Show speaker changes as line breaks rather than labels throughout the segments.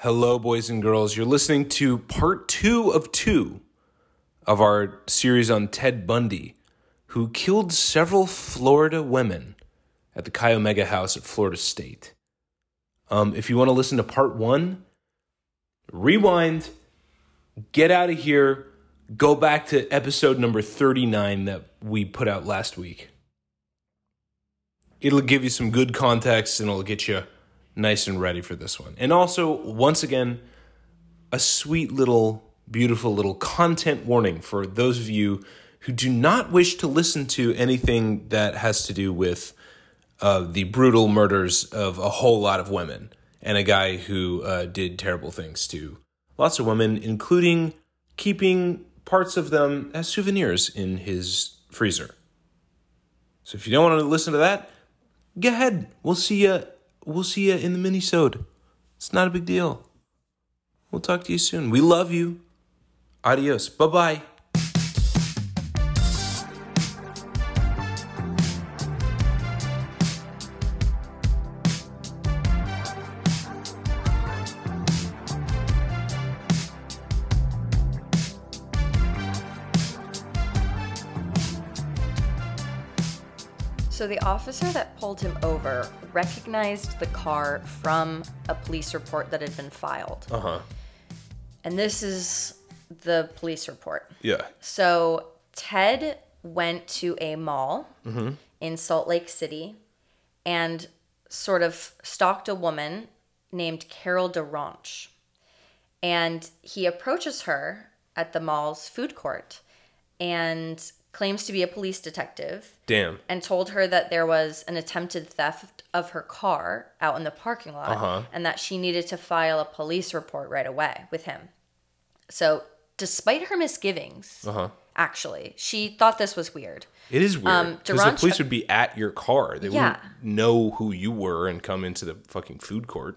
Hello, boys and girls. You're listening to part two of two of our series on Ted Bundy, who killed several Florida women at the Chi Omega House at Florida State. Um, if you want to listen to part one, rewind, get out of here, go back to episode number 39 that we put out last week. It'll give you some good context and it'll get you nice and ready for this one. And also, once again, a sweet little, beautiful little content warning for those of you who do not wish to listen to anything that has to do with uh, the brutal murders of a whole lot of women and a guy who uh, did terrible things to lots of women, including keeping parts of them as souvenirs in his freezer. So if you don't want to listen to that, go ahead. We'll see you. We'll see you in the minisode. It's not a big deal. We'll talk to you soon. We love you. Adios. Bye bye.
So the officer that pulled him over recognized the car from a police report that had been filed.
Uh huh.
And this is the police report.
Yeah.
So Ted went to a mall in Salt Lake City and sort of stalked a woman named Carol DeRanche. And he approaches her at the mall's food court and claims to be a police detective
Damn.
and told her that there was an attempted theft of her car out in the parking lot and that she needed to file a police report right away with him. So, despite her misgivings,
Uh-huh.
actually, she thought this was weird.
It is
Um,
weird because the
Durant-
police would be at your car. They
Yeah.
wouldn't know who you were and come into the fucking food court.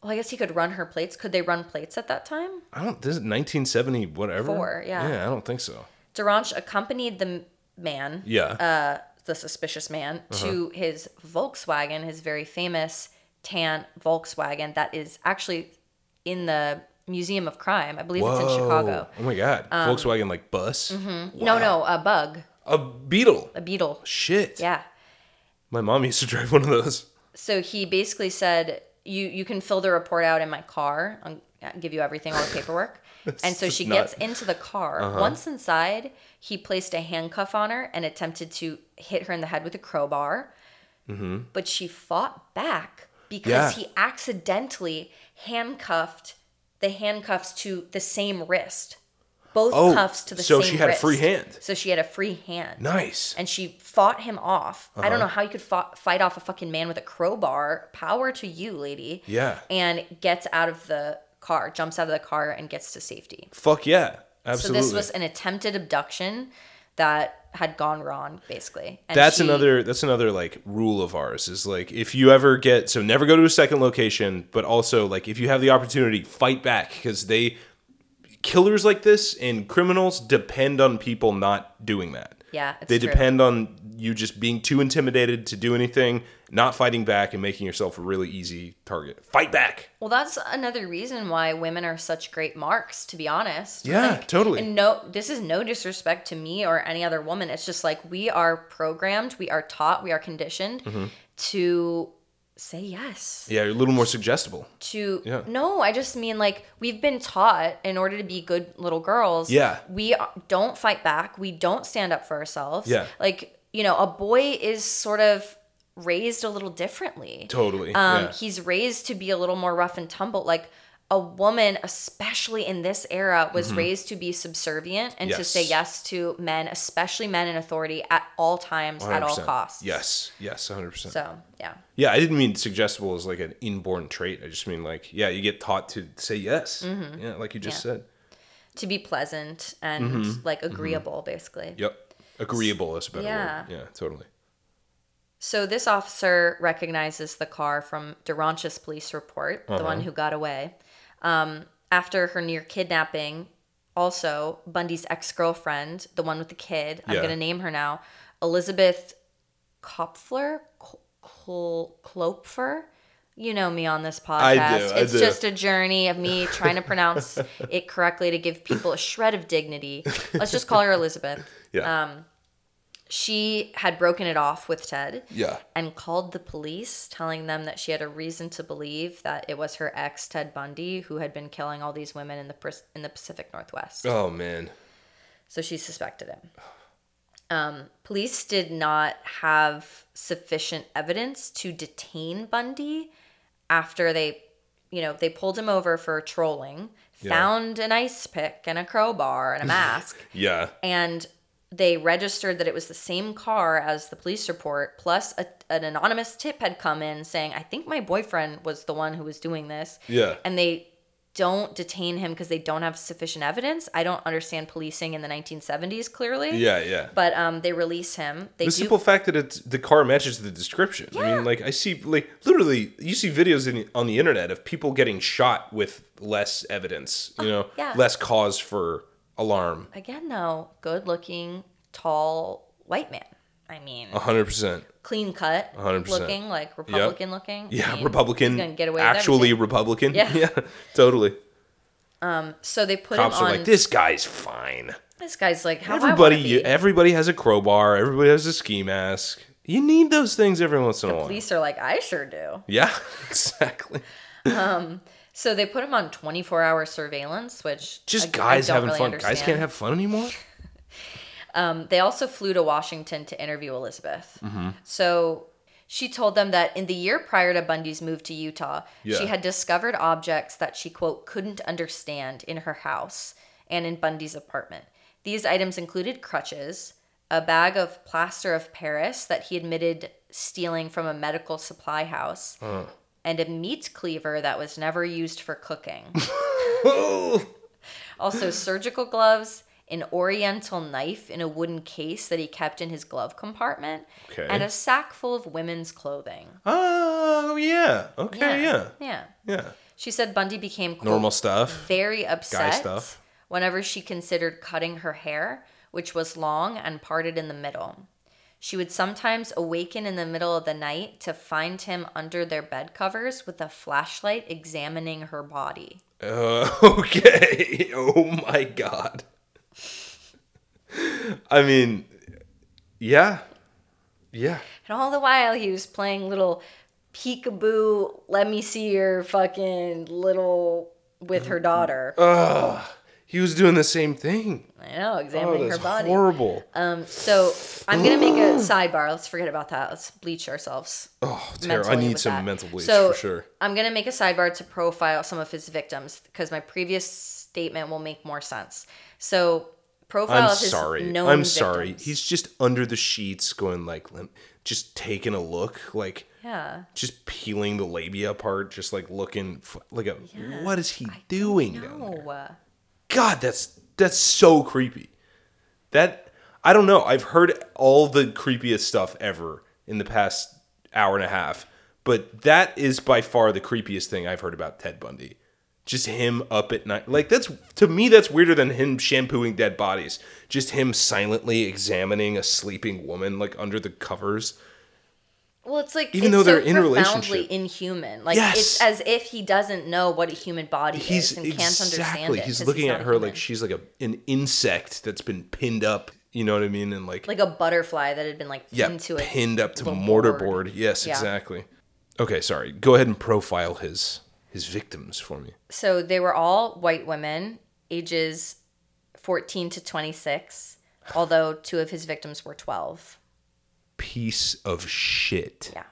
Well, I guess he could run her plates. Could they run plates at that time?
I don't. This is 1970, whatever.
Four, yeah.
Yeah, I don't think so.
Durange accompanied the m- man,
Yeah.
uh, the suspicious man, to his Volkswagen, his very famous tan Volkswagen that is actually in the Museum of Crime. I believe it's in Chicago. Um,
Oh
mm-hmm.
my god. Volkswagen like bus.
No, no, a bug,
A Beetle.
a beetle.
Shit.
Yeah.
My mom used to drive one of those.
So he basically said, "You you can fill the report out in my car. I'll give you everything, all the paperwork." and so
just Uh-huh.
she
not-
gets into the car. Once inside, he placed a handcuff on her and attempted to hit her in the head with a crowbar. But she fought back because
Mm-hmm. Yeah.
he accidentally handcuffed the handcuffs to the same wrist. Both
Oh,
cuffs to the
so
same
she had a
wrist.
free hand.
So she had a free hand
Nice.
and she fought him off. I
Uh-huh.
don't know how you could fought, fight off a fucking man with a crowbar. Power to you, lady.
Yeah.
And gets out of the car, jumps out of the car, and gets to safety.
Fuck yeah. Absolutely.
So this was an attempted abduction that had gone wrong, basically. And
that's
she-
another that's another like rule of ours is like if you ever get so never go to a second location but also like if you have the opportunity fight back because they killers like this and criminals depend on people not doing that
Yeah, it's
they
true.
depend on you just being too intimidated to do anything not fighting back and making yourself a really easy target fight back
Well, that's another reason why women are such great marks, to be honest.
Yeah, totally.
And no, this is no disrespect to me or any other woman. It's just like we are programmed, we are taught, we are conditioned
Mm-hmm.
to say yes.
yeah you're a little more suggestible
to
Yeah.
no i just mean like we've been taught in order to be good little girls
Yeah.
we a- don't fight back we don't stand up for ourselves
Yeah.
like you know a boy is sort of raised a little differently
totally
um
yeah.
he's raised to be a little more rough and tumble like a woman especially in this era was raised to be subservient and to say
Mm-hmm. Yes.
yes to men especially men in authority at all times at all
100%.
costs
yes yes 100%
so yeah
Yeah, I didn't mean suggestible as like an inborn trait. I just mean like, yeah, you get taught to say yes. Yeah, like you just
Mm-hmm. Yeah.
said.
to be pleasant and
Mm-hmm.
like agreeable basically
Yep. Agreeable is a better
Yeah.
word. Yeah, totally.
So this officer recognizes the car from Duranche's police report,
Uh-huh.
the one who got away. Um, after her near kidnapping, also Bundy's ex-girlfriend, the one with the kid, I'm
Yeah.
going to name her now, Elizabeth Kopfler, Cl- Cl- Klopfer. You know me on this podcast.
do, I
it's
do.
just a journey of me trying to pronounce it correctly to give people a shred of dignity. Let's just call her Elizabeth.
Yeah.
Um, She had broken it off with Ted
yeah.
and called the police, telling them that she had a reason to believe that it was her ex Ted Bundy who had been killing all these women in the pers- in the Pacific Northwest.
Oh man.
So she suspected him. Um, police did not have sufficient evidence to detain Bundy after they, you know, they pulled him over for trolling, found an ice pick and a crowbar and a mask,
Yeah.
and they registered that it was the same car as the police report. Plus, a, an anonymous tip had come in saying, "I think my boyfriend was the one who was doing this."
Yeah.
and they don't detain him because they don't have sufficient evidence. I don't understand policing in the 1970s clearly.
Yeah. Yeah.
But um, they release him. They
The
do.
simple fact that it's, the car matches the description. I mean, like I see, like literally, you see videos in, on the internet of people getting shot with less evidence. You know,
Ah, yeah.
less cause for alarm.
again, though, good looking, tall white man. I mean,
hundred percent.
clean cut
100%.
looking, like Republican looking. I
Yeah,
mean,
Republican.
he's gonna get away with
actually, Republican.
Yeah.
totally.
So they put
Cops
him
are
on.
like,
this,
this guy's fine.
guy's like, how
Everybody,
I wanna
you,
be.
everybody has a crowbar. Everybody has a ski mask. You need those things every once in a while.
Police are like, I sure do.
Yeah, exactly.
So they put him on 24 hour surveillance, which
Just
I- I
guys
don't
having
really
fun. Guys
understand.
can't have fun anymore.
Um, They also flew to Washington to interview Elizabeth. So she told them that in the year prior to Bundy's move to Utah,
Yeah.
she had discovered objects that she, quote, couldn't understand in her house and in Bundy's apartment. These items included crutches, a bag of plaster of Paris that he admitted stealing from a medical supply house, and a meat cleaver that was never used for cooking.
Oh,
Also, surgical gloves, an oriental knife in a wooden case that he kept in his glove compartment,
Okay.
and a sack full of women's clothing.
oh yeah. Okay, yeah.
yeah.
Yeah.
She said Bundy became quote,
Normal stuff.
very upset
stuff.
whenever she considered cutting her hair, which was long and parted in the middle. She would sometimes awaken in the middle of the night to find him under their bed covers with a flashlight examining her body.
Uh, okay. Oh my god. I mean, yeah, yeah.
And all the while he was playing little peekaboo, let me see your fucking little with her daughter.
Uh, Ugh. He was doing the same thing.
I know,
Oh,
examining her
that's
body.
horrible.
um, so I'm gonna make a sidebar. Let's forget about that. Let's bleach ourselves.
Oh, terrible. I
mentally
need
with
some
that.
mental bleach
So,
for sure.
I'm gonna make a sidebar to profile some of his victims because my previous statement will make more sense. So profile
I'm
of his
sorry.
known
I'm sorry.
victims.
He's just under the sheets, going like, lim- just taking a look, like,
yeah.
just peeling the labia apart, just like looking, f- like a, what is he doing? down there?
No.
God, that's that's so creepy. That I don't know. I've heard all the creepiest stuff ever in the past hour and a half, but that is by far the creepiest thing I've heard about Ted Bundy. Just him up at night. Like that's to me that's weirder than him shampooing dead bodies. Just him silently examining a sleeping woman like under the covers.
Well, it's like
Even
it's
though
so
they're in a
profoundly
relationship.
inhuman. Like
Yes.
it's as if he doesn't know what a human body
He's
is and can't understand
exactly.
it.
He's
'cause
looking
not
at
a
her
human.
like she's like a an insect that's been pinned up, you know what I mean? And like
like a butterfly that had been like
yeah,
pinned to it.
pinned up to
little
mortarboard.
board.
Yes,
Yeah.
exactly. Okay, sorry. Go ahead and profile his his victims for me.
So they were all white women, ages 14 to 26, although two of his victims were 12.
Piece of shit.
Yeah.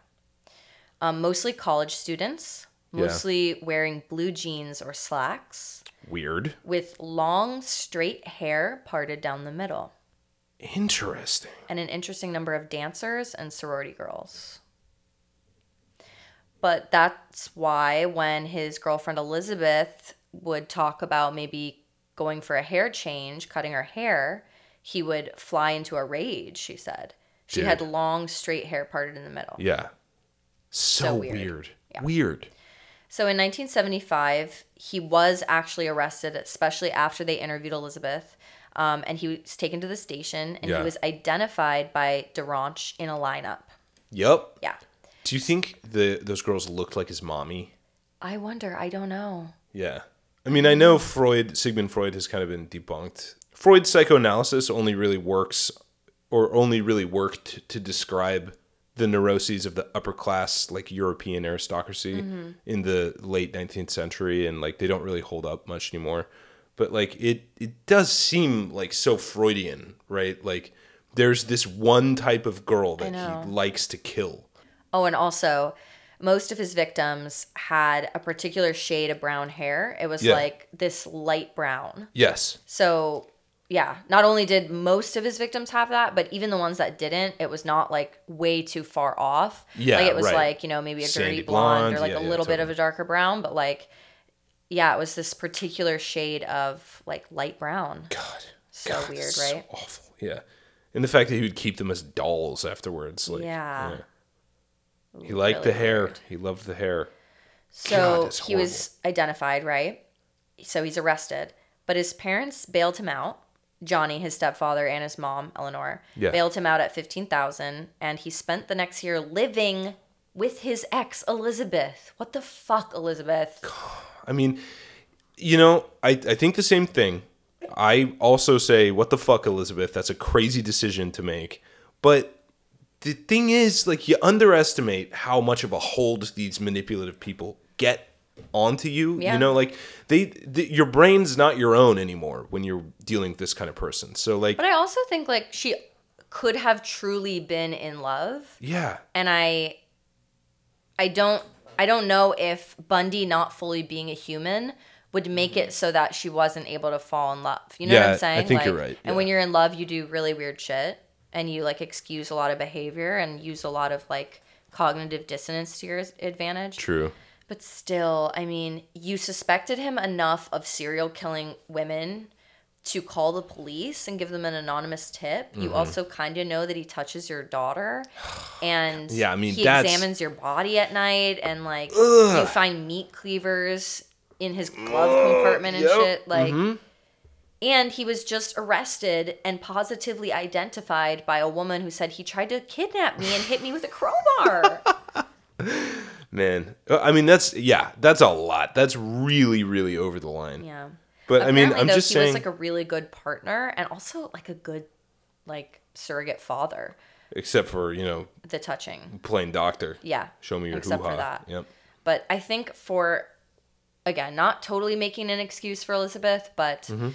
Um, mostly college students,
Yeah.
mostly wearing blue jeans or slacks,
Weird.
with long straight hair parted down the middle.
Interesting.
and an interesting number of dancers and sorority girls. But that's why when his girlfriend Elizabeth would talk about maybe going for a hair change, cutting her hair, he would fly into a rage, she said. She had
Dude.
long straight hair parted in the middle.
Yeah. So,
So
weird.
weird.
Weird.
Yeah. So in 1975, he was actually arrested, especially after they interviewed Elizabeth. Um, and he was taken to the station and
Yeah.
he was identified by DeRanch in a lineup.
Yep.
Yeah.
Do you think the those girls looked like his mommy?
I wonder. I don't know.
Yeah. I mean, I know Freud, Sigmund Freud has kind of been debunked. Freud's psychoanalysis only really works or only really worked to describe the neuroses of the upper class like European aristocracy in the late 19th century and like they don't really hold up much anymore. But like it it does seem like so Freudian, right? Like there's this one type of girl that he likes to kill.
Oh, and also, most of his victims had a particular shade of brown hair. It was
Yeah.
like this light brown.
Yes.
So, yeah, not only did most of his victims have that, but even the ones that didn't, it was not like way too far off.
Yeah,
Like it was
right.
like, you know, maybe a
Sandy
dirty blonde,
blonde.
or like
Yeah,
a
yeah,
little bit of a darker brown, but like, yeah, it was this particular shade of like light brown.
God.
So
God,
weird,
it's
right?
So awful. Yeah. And the fact that he would keep them as dolls afterwards. Like,
Yeah.
He liked the
Really
hair.
weird.
He loved the hair. God,
So
that's
he was identified, right? So he's arrested. But his parents bailed him out. Johnny, his stepfather, and his mom, Eleanor,
Yeah.
bailed him out at 15,000 and he spent the next year living with his ex Elizabeth. What the fuck, Elizabeth?
I mean, you know, I, I think the same thing. I also say, what the fuck, Elizabeth? That's a crazy decision to make. But the thing is, like, you underestimate how much of a hold these manipulative people get onto you.
Yeah.
You know, like, they, th your brain's not your own anymore when you're dealing with this kind of person. So, like,
But I also think like she could have truly been in love
yeah.
and I I don't I don't know if Bundy not fully being a human would make it so that she wasn't able to fall in love. You know what
Mm-hmm. Yeah, I
I'm saying?
think
like,
you're right,
And when you're in love, you do really weird shit and you like excuse a lot of behavior and use a lot of like cognitive dissonance to your advantage.
True.
But still, I mean, you suspected him enough of serial killing women to call the police and give them an anonymous tip. You
Mm-hmm.
also kind of know that he touches your daughter and
Yeah, I mean,
he
that's-
examines your body at night and like you find meat cleavers in his glove compartment and
yep. Mm-hmm.
shit like and he was just arrested and positively identified by a woman who said he tried to kidnap me and hit me with a crowbar.
Man, Uh, I mean that's yeah, that's a lot. That's really really over the line.
yeah.
But I mean,
Apparently,
I'm
though,
just
he
saying
was like a really good partner and also like a good like surrogate father.
except for, you know,
The touching,
plain doctor.
yeah.
Show me your
Except for
hoo-ha.
that.
Yep.
But I think for again, not totally making an excuse for Elizabeth, but
Mm-hmm.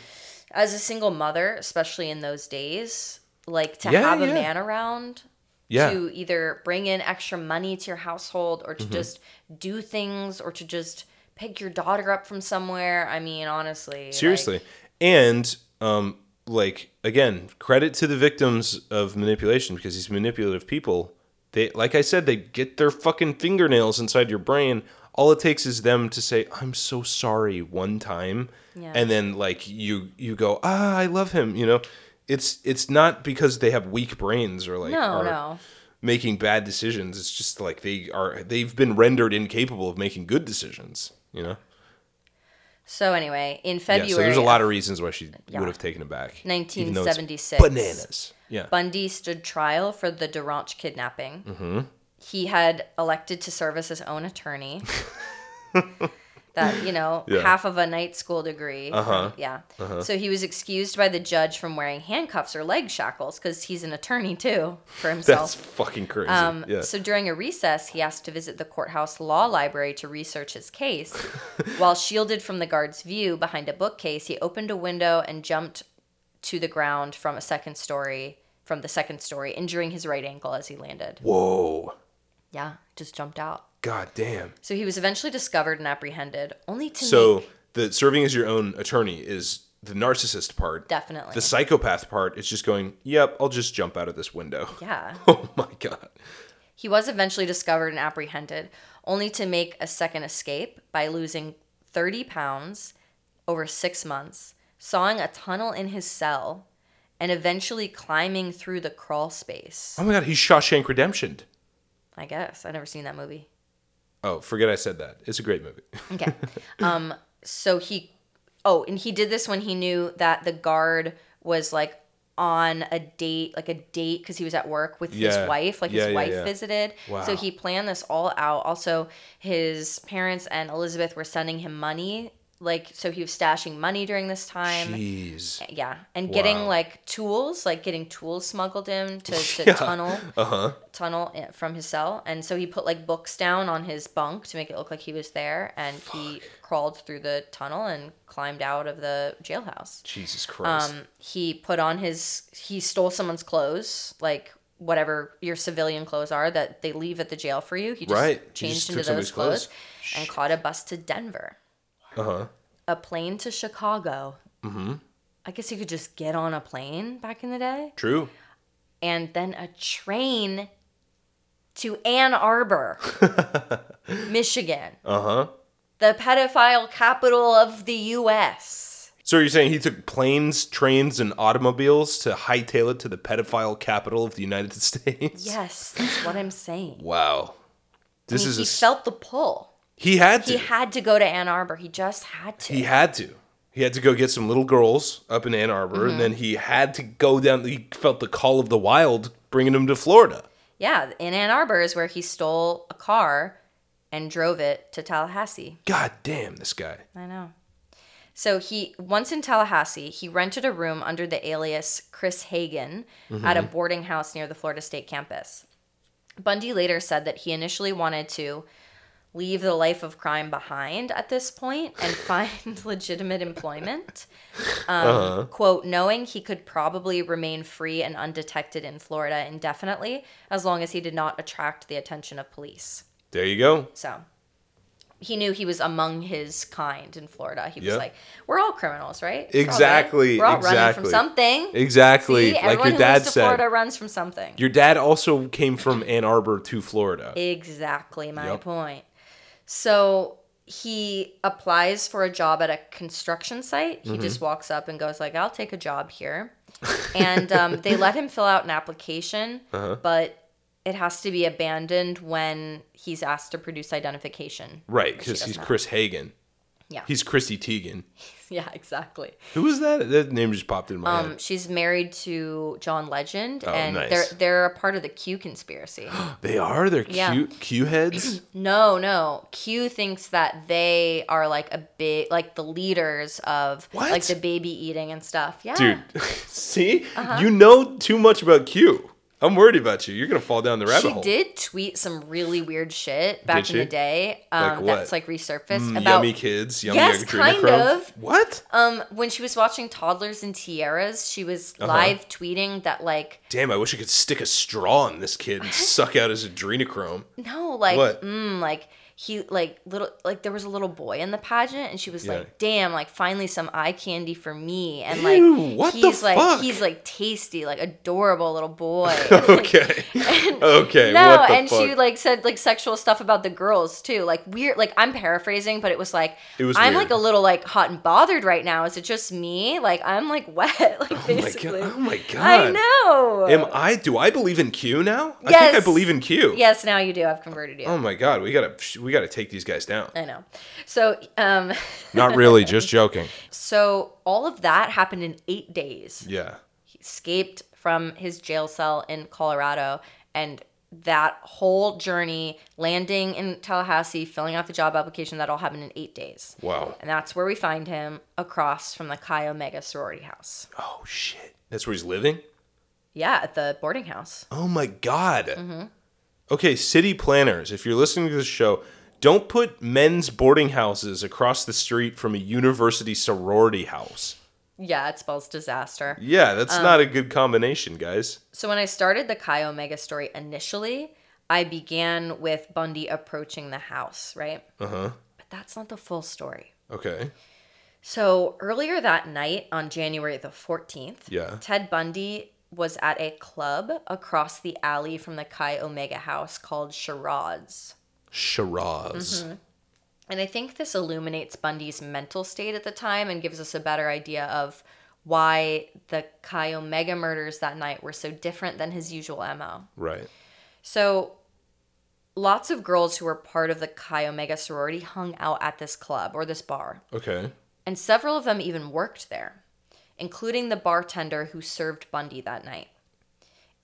as a single mother, especially in those days, like to
Yeah,
have a
yeah.
man around
Yeah.
to either bring in extra money to your household or to
Mm-hmm.
just do things or to just pick your daughter up from somewhere. I mean, honestly, like-
Seriously. and um like again, credit to the victims of manipulation because these manipulative people, they like I said, they get their fucking fingernails inside your brain. All it takes is them to say, "I'm so sorry" one time,
Yeah.
and then like you you go, "Ah, I love him," you know. It's it's not because they have weak brains or like
no,
are-
no.
making bad decisions. It's just like they are they've been rendered incapable of making good decisions, you know?
So anyway, in
Yeah,
February,
so there's a lot of reasons why she
Yeah.
would have taken it back. even though it's
1976,
Bananas. Yeah.
Bundy stood trial for the Durant kidnapping.
Mm-hmm.
He had elected to serve as his own attorney. that you know,
Yeah.
half of a night school degree. Uh-huh. Yeah. So he was excused by the judge from wearing handcuffs or leg shackles because he's an attorney too for
That's
himself.
fucking crazy.
Um,
yeah.
So during a recess, he asked to visit the courthouse law library to research his case. While shielded from the guard's view behind a bookcase, he opened a window and jumped to the ground from a second story from the second story, injuring his right ankle as he landed.
Whoa.
Yeah, just jumped out.
God damn.
So he was eventually discovered and apprehended, only to
So
make-
the serving as your own attorney is the narcissist part.
definitely
The psychopath part is just going, Yep, I'll just jump out of this window.
yeah.
Oh my god.
He was eventually discovered and apprehended, only to make a second escape by losing 30 pounds over six months, sawing a tunnel in his cell, and eventually climbing through the crawl space.
Oh my god, he's Shawshank Redemptioned.
I guess. I've never seen that movie.
Oh, forget I said that. It's a great movie.
Okay. um, so he, oh, and he did this when he knew that the guard was like on a date, like a date, because he was at work with
Yeah.
his wife. Like
Yeah,
his
yeah,
wife
yeah.
visited.
Wow.
So he planned this all out. Also, his parents and Elizabeth were sending him money. Like, so he was stashing money during this time.
Jeez.
Yeah, and getting
Wow.
like tools, like getting tools smuggled in to, to
Yeah.
tunnel
Uh huh.
tunnel i- from his cell, and so he put like books down on his bunk to make it look like he was there, and he crawled through the tunnel and climbed out of the jailhouse.
Jesus Christ.
Um, he put on his he stole someone's clothes, like whatever your civilian clothes are that they leave at the jail for you. He just
Right. He just
changed
took
into
somebody's
those clothes,
clothes.
and caught a bus to Denver,
uh huh.
a plane to Chicago. Mm-hmm. I guess you could just get on a plane back in the day,
True.
and then a train to Ann Arbor, Michigan,
Uh huh.
the pedophile capital of the U.S.
So you're saying he took planes, trains, and automobiles to hightail it to the pedophile capital of the United States?
Yes, that's what I'm saying.
Wow. This
I mean,
is a
he
s-
felt the pull.
he had to.
He
He,
had to go to Ann Arbor. He just had to.
had to. He had to go get some little girls up in Ann Arbor,
Mm-hmm.
and then he had to go down. He felt the call of the wild bringing him to Florida.
yeah, in Ann Arbor is where he stole a car and drove it to Tallahassee.
God damn, this guy.
I know. So he once in Tallahassee, he rented a room under the alias Chris Hagan at a boarding house near the Florida State campus. Bundy later said that he initially wanted to leave the life of crime behind at this point and find legitimate employment. Um, Quote, knowing he could probably remain free and undetected in Florida indefinitely as long as he did not attract the attention of police.
There you go.
So he knew he was among his kind in Florida. He was
Yeah.
like, "We're all criminals, right? We're all
Exactly,
right? We're all running
exactly.
from something.
Exactly.
See,
like
everyone
your
who
dad
moves to
said.
Florida runs from something.
Your dad also came from Ann Arbor to Florida.
Exactly my
Yep.
point. So he applies for a job at a construction site.
Mm-hmm.
He just walks up and goes like, "I'll take a job here," and um, they let him fill out an application,
Uh-huh.
but it has to be abandoned when he's asked to produce identification.
right, because he's
doesn't
Chris Hagen.
Yeah.
He's Christy Teigen.
Yeah, exactly.
Who was that? That name just popped in my
Um, she's married to John Legend,
Oh,
and
nice.
they're they're a part of the Q conspiracy.
head. They are. They're
yeah.
cute. Q heads.
no, no, Q thinks that they are like a big, like the leaders of
What?
like the baby eating and stuff. Yeah,
Dude, see,
Uh-huh.
you know too much about Q. I'm worried about you. You're gonna fall down the rabbit
She
hole.
did tweet some really weird shit back
Did
in the
she?
day.
Like
Um,
what?
That's like resurfaced
Mm,
about
yummy kids. Yummy
Yes,
Katrina
kind
Crow.
of.
What?
um when she was watching Toddlers and Tiaras. She was
Uh-huh.
live tweeting that like
Damn, I wish I could stick a straw in this kid and suck out his adrenochrome.
No, like,
What?
Mm, like he, like little, like there was a little boy in the pageant, and she was
Yeah.
like, "Damn, like finally some eye candy for me," and
Ew,
like
what the
he's like
fuck?
he's like tasty, like adorable little boy.
Okay. okay.
No,
what the
and
fuck?
she like said like sexual stuff about the girls too, like weird. Like I'm paraphrasing, but it was like
It was
I'm
weird.
like a little like hot and bothered right now. Is it just me? Like I'm like wet, like
oh my
basically.
god. Oh my
I
god.
know.
Am I? Do I believe in Q now? I think I
Yes.
believe in Q.
yes, now you do. I've converted you.
Oh my god, we gotta we gotta take these guys down.
I know. So um.
Not really, just joking.
So all of that happened in eight days.
Yeah.
He escaped from his jail cell in Colorado and that whole journey, landing in Tallahassee, filling out the job application, that all happened in eight days.
Wow.
And that's where we find him across from the Chi Omega sorority house.
Oh shit. That's where he's living?
Yeah, at the boarding house.
Oh my god. Mm-hmm. Okay, city planners, if you're listening to this show, don't put men's boarding houses across the street from a university sorority house.
Yeah, it spells disaster.
Yeah, that's not a good combination, guys.
So when I started the Chi Omega story initially, I began with Bundy approaching the house, right?
Uh huh.
But that's not the full story.
Okay.
So earlier that night on January the 14th,
Yeah.
Ted Bundy was at a club across the alley from the Chi Omega house called Sherrod's.
Shiraz.
And I think this illuminates Bundy's mental state at the time and gives us a better idea of why the Chi Omega murders that night were so different than his usual MO.
Right.
So lots of girls who were part of the Chi Omega sorority hung out at this club or this bar.
Okay.
and several of them even worked there. including the bartender who served Bundy that night.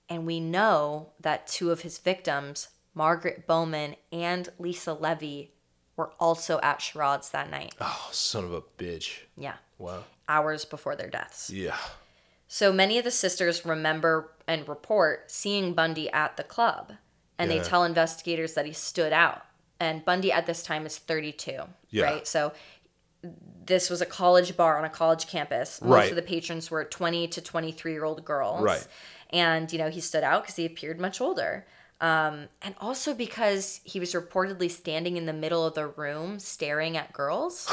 And we know that two of his victims, Margaret Bowman and Lisa Levy, were also at Sherrod's that night.
Oh, son of a bitch.
Yeah,
Wow.
hours before their deaths.
Yeah.
So many of the sisters remember and report seeing Bundy at the club, and
Yeah.
they tell investigators that he stood out. And Bundy at this time is 32,
Yeah.
right? So this was a college bar on a college campus. Most
Right.
of the patrons were 20 to 23 year old girls.
Right.
And, you know, he stood out because he appeared much older. Um, and also because he was reportedly standing in the middle of the room staring at girls.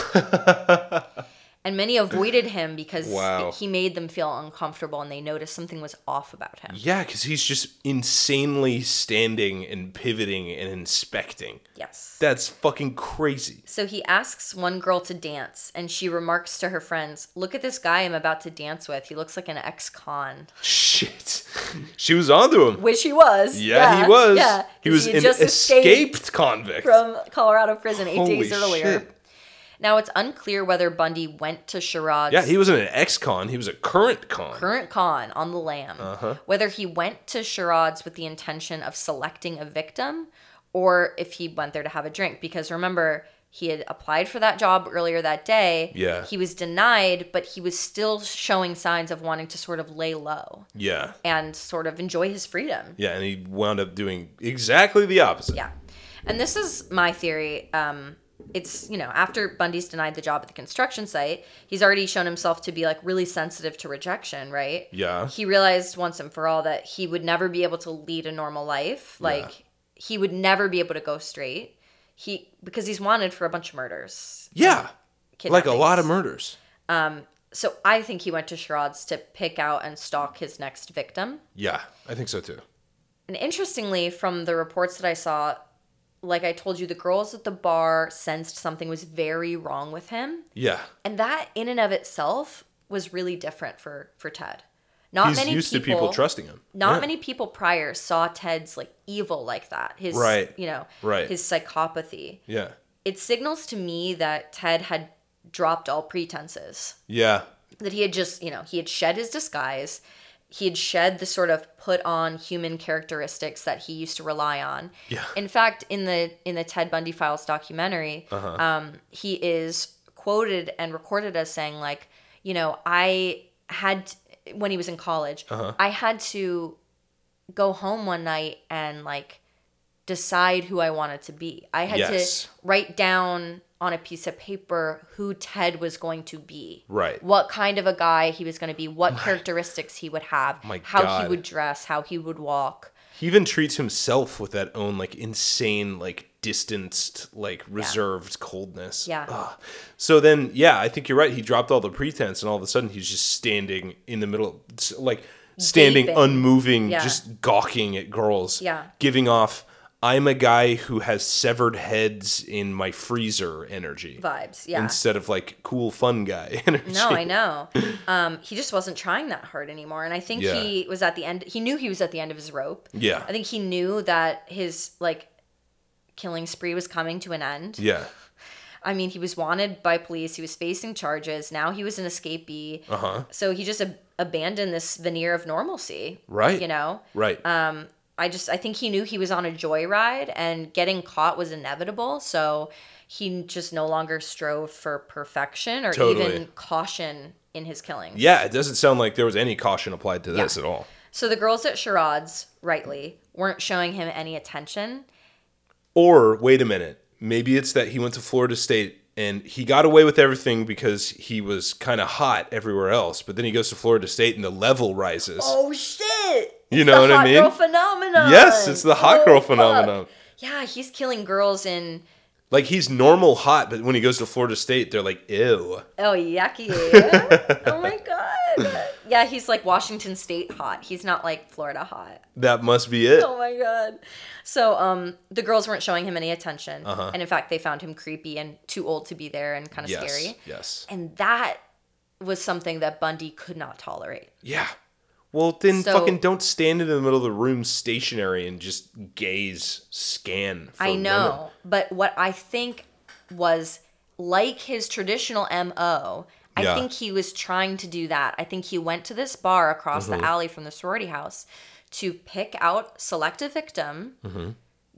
and many avoided him because
Wow.
he made them feel uncomfortable and they noticed something was off about him.
Yeah, because he's just insanely standing and pivoting and inspecting.
Yes.
That's fucking crazy.
So he asks one girl to dance, and she remarks to her friends, Look at this guy I'm about to dance with. He looks like an ex con.
Shit. She was onto him.
Which he was.
Yeah, he was.
Yeah.
He was
had
an escaped convict.
from Colorado prison eight
Holy
days earlier.
shit.
Now it's unclear whether Bundy went to Sherrod's
Yeah, he wasn't an ex con, he was a current con.
current con on the lam, whether he went to Sherrod's with the intention of selecting a victim or if he went there to have a drink. Because remember, he had applied for that job earlier that day.
Yeah.
He was denied, but he was still showing signs of wanting to sort of lay low
yeah.
and sort of enjoy his freedom.
Yeah, and he wound up doing exactly the opposite.
Yeah. And this is my theory. Um, it's, you know, after Bundy's denied the job at the construction site, he's already shown himself to be like really sensitive to rejection, right?
Yeah.
He realized once and for all that he would never be able to lead a normal life. Like, he would never be able to go straight. He, because he's wanted for a bunch of murders.
Yeah. Like a lot of
Kidnappings.
murders.
So I think he went to Sherrod's to pick out and stalk his next victim.
Yeah, I think so too.
And interestingly, from the reports that I saw, like I told you, the girls at the bar sensed something was very wrong with him.
Yeah.
And that in and of itself was really different for for Ted. Not
He's
many
used
people,
to people trusting him.
Not
Yeah.
many people prior saw Ted's like evil like that. His
Right.
you know,
Right.
his psychopathy.
Yeah.
It signals to me that Ted had dropped all pretenses
Yeah.
that he had just, you know, he had shed his disguise. He had shed the sort of put on human characteristics that he used to rely on.
Yeah.
In fact, in the in the Ted Bundy Files documentary,
Uh-huh.
um, he is quoted and recorded as saying, like, you know, I had when he was in college,
Uh-huh.
I had to go home one night and like decide who I wanted to be. I had
Yes.
to write down on a piece of paper who Ted was going to be
Right.
what kind of a guy he was going to be, what characteristics he would have,
My
how
God.
he would dress, how he would walk.
He even treats himself with that own like insane, like distanced, like reserved coldness.
Yeah.
Ugh. So then, yeah, I think you're right. He dropped all the pretense, and all of a sudden, he's just standing in the middle, s- like standing
Gaping.
unmoving,
Yeah.
just gawking at girls.
Yeah.
Giving off, I'm a guy who has severed heads in my freezer energy.
Vibes, yeah.
Instead of like cool, fun guy energy.
No, I know. Um, he just wasn't trying that hard anymore, and I think
Yeah.
he was at the end. He knew he was at the end of his rope.
Yeah.
I think he knew that his like killing spree was coming to an end.
Yeah.
I mean, he was wanted by police. He was facing charges. Now he was an escapee. Uh-huh. So he just ab- abandoned this veneer of normalcy.
Right.
You know.
Right.
Uh, I just I think he knew he was on a joyride and getting caught was inevitable, so he just no longer strove for perfection or
Totally.
even caution in his killings.
yeah. It doesn't sound like there was any caution applied to this at all.
So the girls at Sherrod's, rightly, weren't showing him any attention.
Or wait a minute, maybe it's that he went to Florida State and he got away with everything because he was kind of hot everywhere else, but then he goes to Florida State and the level rises.
Oh shit!
You know what I
hot
mean?
Girl phenomenon.
Yes, it's the hot
Oh,
girl
fuck.
phenomenon.
Yeah, he's killing girls in
Like he's normal hot, but when he goes to Florida State, they're like, "Ew."
oh yucky. oh my god. Yeah, he's like Washington State hot. He's not like Florida hot.
That must be it.
oh my god. So um the girls weren't showing him any attention. And in fact they found him creepy and too old to be there and kind of
Uh-huh. yes.
scary.
Yes.
And that was something that Bundy could not tolerate.
Yeah. Well, then
So-
fucking don't stand in the middle of the room stationary and just gaze, scan. For
I know.
women.
But what I think was like his traditional MO,
Yeah.
I think he was trying to do that. I think he went to this bar across
Mm-hmm.
the alley from the sorority house to pick out select a victim,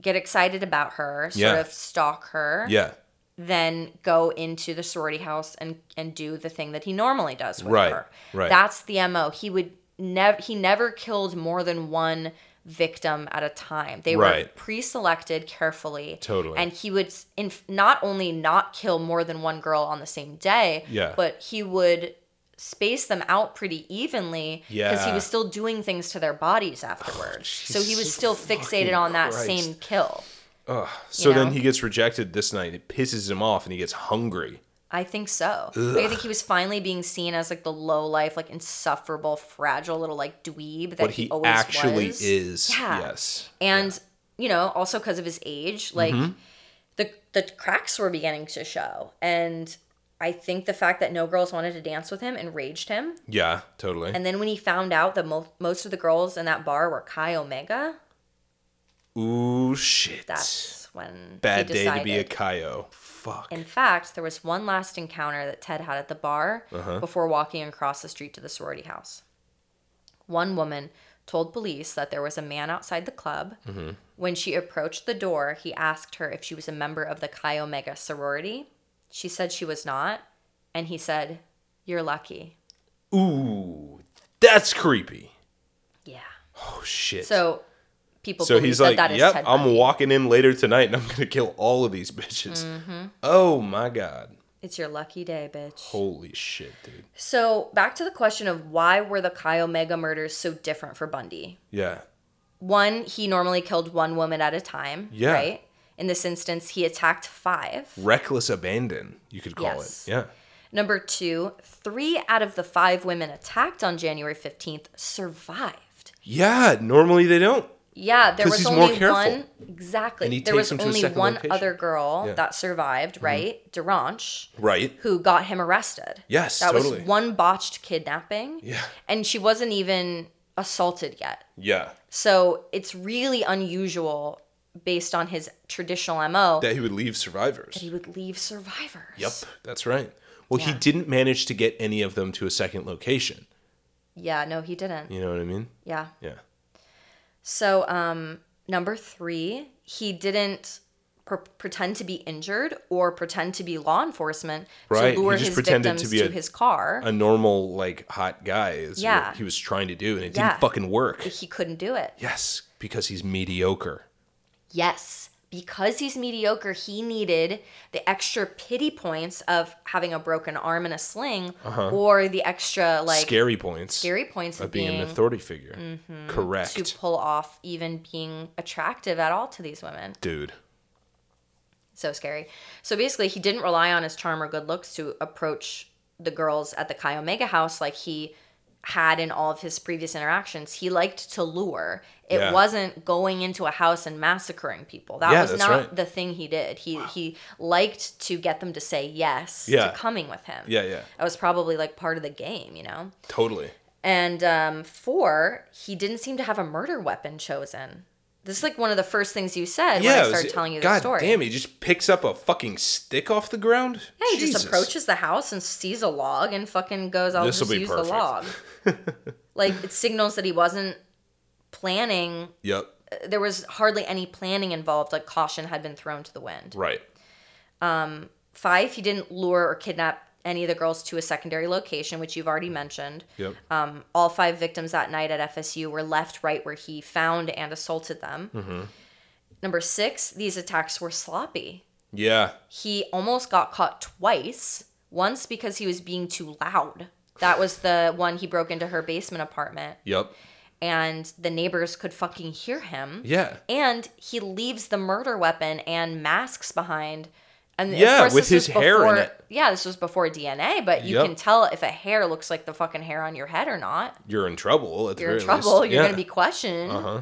get excited about her, sort
Mm-hmm. Yeah.
of stalk her,
Yeah.
then go into the sorority house and and do the thing that he normally does with
Right,
her.
right.
That's the MO. He would never he never killed more than one victim at a time. They were
Right.
pre-selected carefully.
Totally.
And he would s- in not only not kill more than one girl on the same day,
Yeah.
but he would space them out pretty evenly he
Yeah. Oh,
was still doing things to their bodies afterwards. so he was
Jesus
still fixated
fucking
on that
Christ.
same kill.
So
know?
then he gets rejected this night. It pisses him off and he gets hungry.
I think so. Like, I think he was finally being seen as like the low life, like insufferable, fragile little like dweeb that
What
he,
he
always
actually
was.
is.
Yeah.
Yes.
And you know, also because of his age,
Mm-hmm.
like the the cracks were beginning to show, and I think the fact that no girls wanted to dance with him enraged him.
Yeah, totally.
And then when he found out that mo- most of the girls in that bar were Chi Omega,
Ooh, shit.
that's when
Bad
he
day to be a
decided-
Kaio. Fuck.
In fact, there was one last encounter that Ted had at the bar
Uh-huh.
before walking across the street to the sorority house. One woman told police that there was a man outside the club.
Mm-hmm.
When she approached the door, he asked her if she was a member of the Chi Omega sorority. She said she was not, and he said, "You're lucky."
Ooh, that's creepy.
Yeah.
Oh, shit.
So people.
So he's
believe
like,
that that is
yep,
Ted
I'm
Bundy.
walking in later tonight and I'm going to kill all of these bitches.
Mm-hmm.
Oh, my God.
It's your lucky day, bitch.
Holy shit, dude.
So back to the question of why were the Chi Omega murders so different for Bundy?
Yeah.
one he normally killed one woman at a time
Yeah.
right in this instance he attacked five
Reckless abandon, you could call
Yes.
it. Yeah.
number two three out of the five women attacked on january 15th survived
Yeah, normally they don't.
yeah there
'Cause
was
he's more
only
careful.
one exactly
And he
there
takes
was
them to a
only
second
one
location.
other girl
Yeah. Mm-hmm.
that survived right durance
Right.
who got him arrested
Yes,
that
totally.
was one botched kidnapping
Yeah.
and she wasn't even assaulted yet
Yeah.
so it's really unusual based on his traditional mo
That he would leave survivors.
he would leave survivors.
Yep, that's right. Well, he didn't manage to get any of them to a second location.
Yeah, no, he didn't. Yeah.
You know what I mean? Yeah.
So, um, number three, he didn't pr- pretend to be injured or pretend to be law enforcement
Right,
to
he
lure
just
his
pretended
victims
to
to,
be a-
his car.
A normal, like, hot guy is
Yeah.
what he was trying to do, and it
Yeah.
didn't fucking work.
he couldn't do it.
Yes, because he's mediocre.
Yes, because he's mediocre, he needed the extra pity points of having a broken arm and a sling, or the extra like
Uh-huh. scary points.
scary points of
Of being,
being, Mm-hmm.
an authority figure. Correct.
to pull off even being attractive at all to these women.
Dude.
So scary. So basically, he didn't rely on his charm or good looks to approach the girls at the Chi Omega house like he had in all of his previous interactions. He liked to lure. It
Yeah.
wasn't going into a house and massacring people. That
Yeah,
was
that's
not
right.
the thing he did. He he liked to get them to say yes
Yeah.
to coming with him.
Yeah, yeah.
That was probably like part of the game, you know.
Totally.
And um, four, he didn't seem to have a murder weapon chosen. This is like one of the first things you said when
it
I
was-
started telling you the
God
story.
damn, he just picks up a fucking stick off the ground.
Yeah, he
Jesus.
just approaches the house and sees a log and fucking goes, I'll
This'll
just
be
use the
perfect.
log. like, it signals that he wasn't planning. uh,
Yep.
There was hardly any planning involved. Like, caution had been thrown to the wind.
Right.
Five, he didn't lure or kidnap any of the girls to a secondary location, which you've already mentioned.
Yep.
Um, all five victims that night at FSU were left right where he found and assaulted them.
Mm-hmm.
Number six, these attacks were sloppy.
yeah.
he almost got caught twice. Once because he was being too loud. That was the one he broke into her basement apartment,
Yep.
and the neighbors could fucking hear him.
Yeah.
And he leaves the murder weapon and masks behind. And of
Yeah,
course
with
this
his
was
hair in
before-
it.
Yeah, this was before DNA, but you
Yep.
can tell if a hair looks like the fucking hair on your head or not.
You're in trouble. At the
You're in
very least.
trouble. You're
Yeah.
going to be questioned. Uh-huh.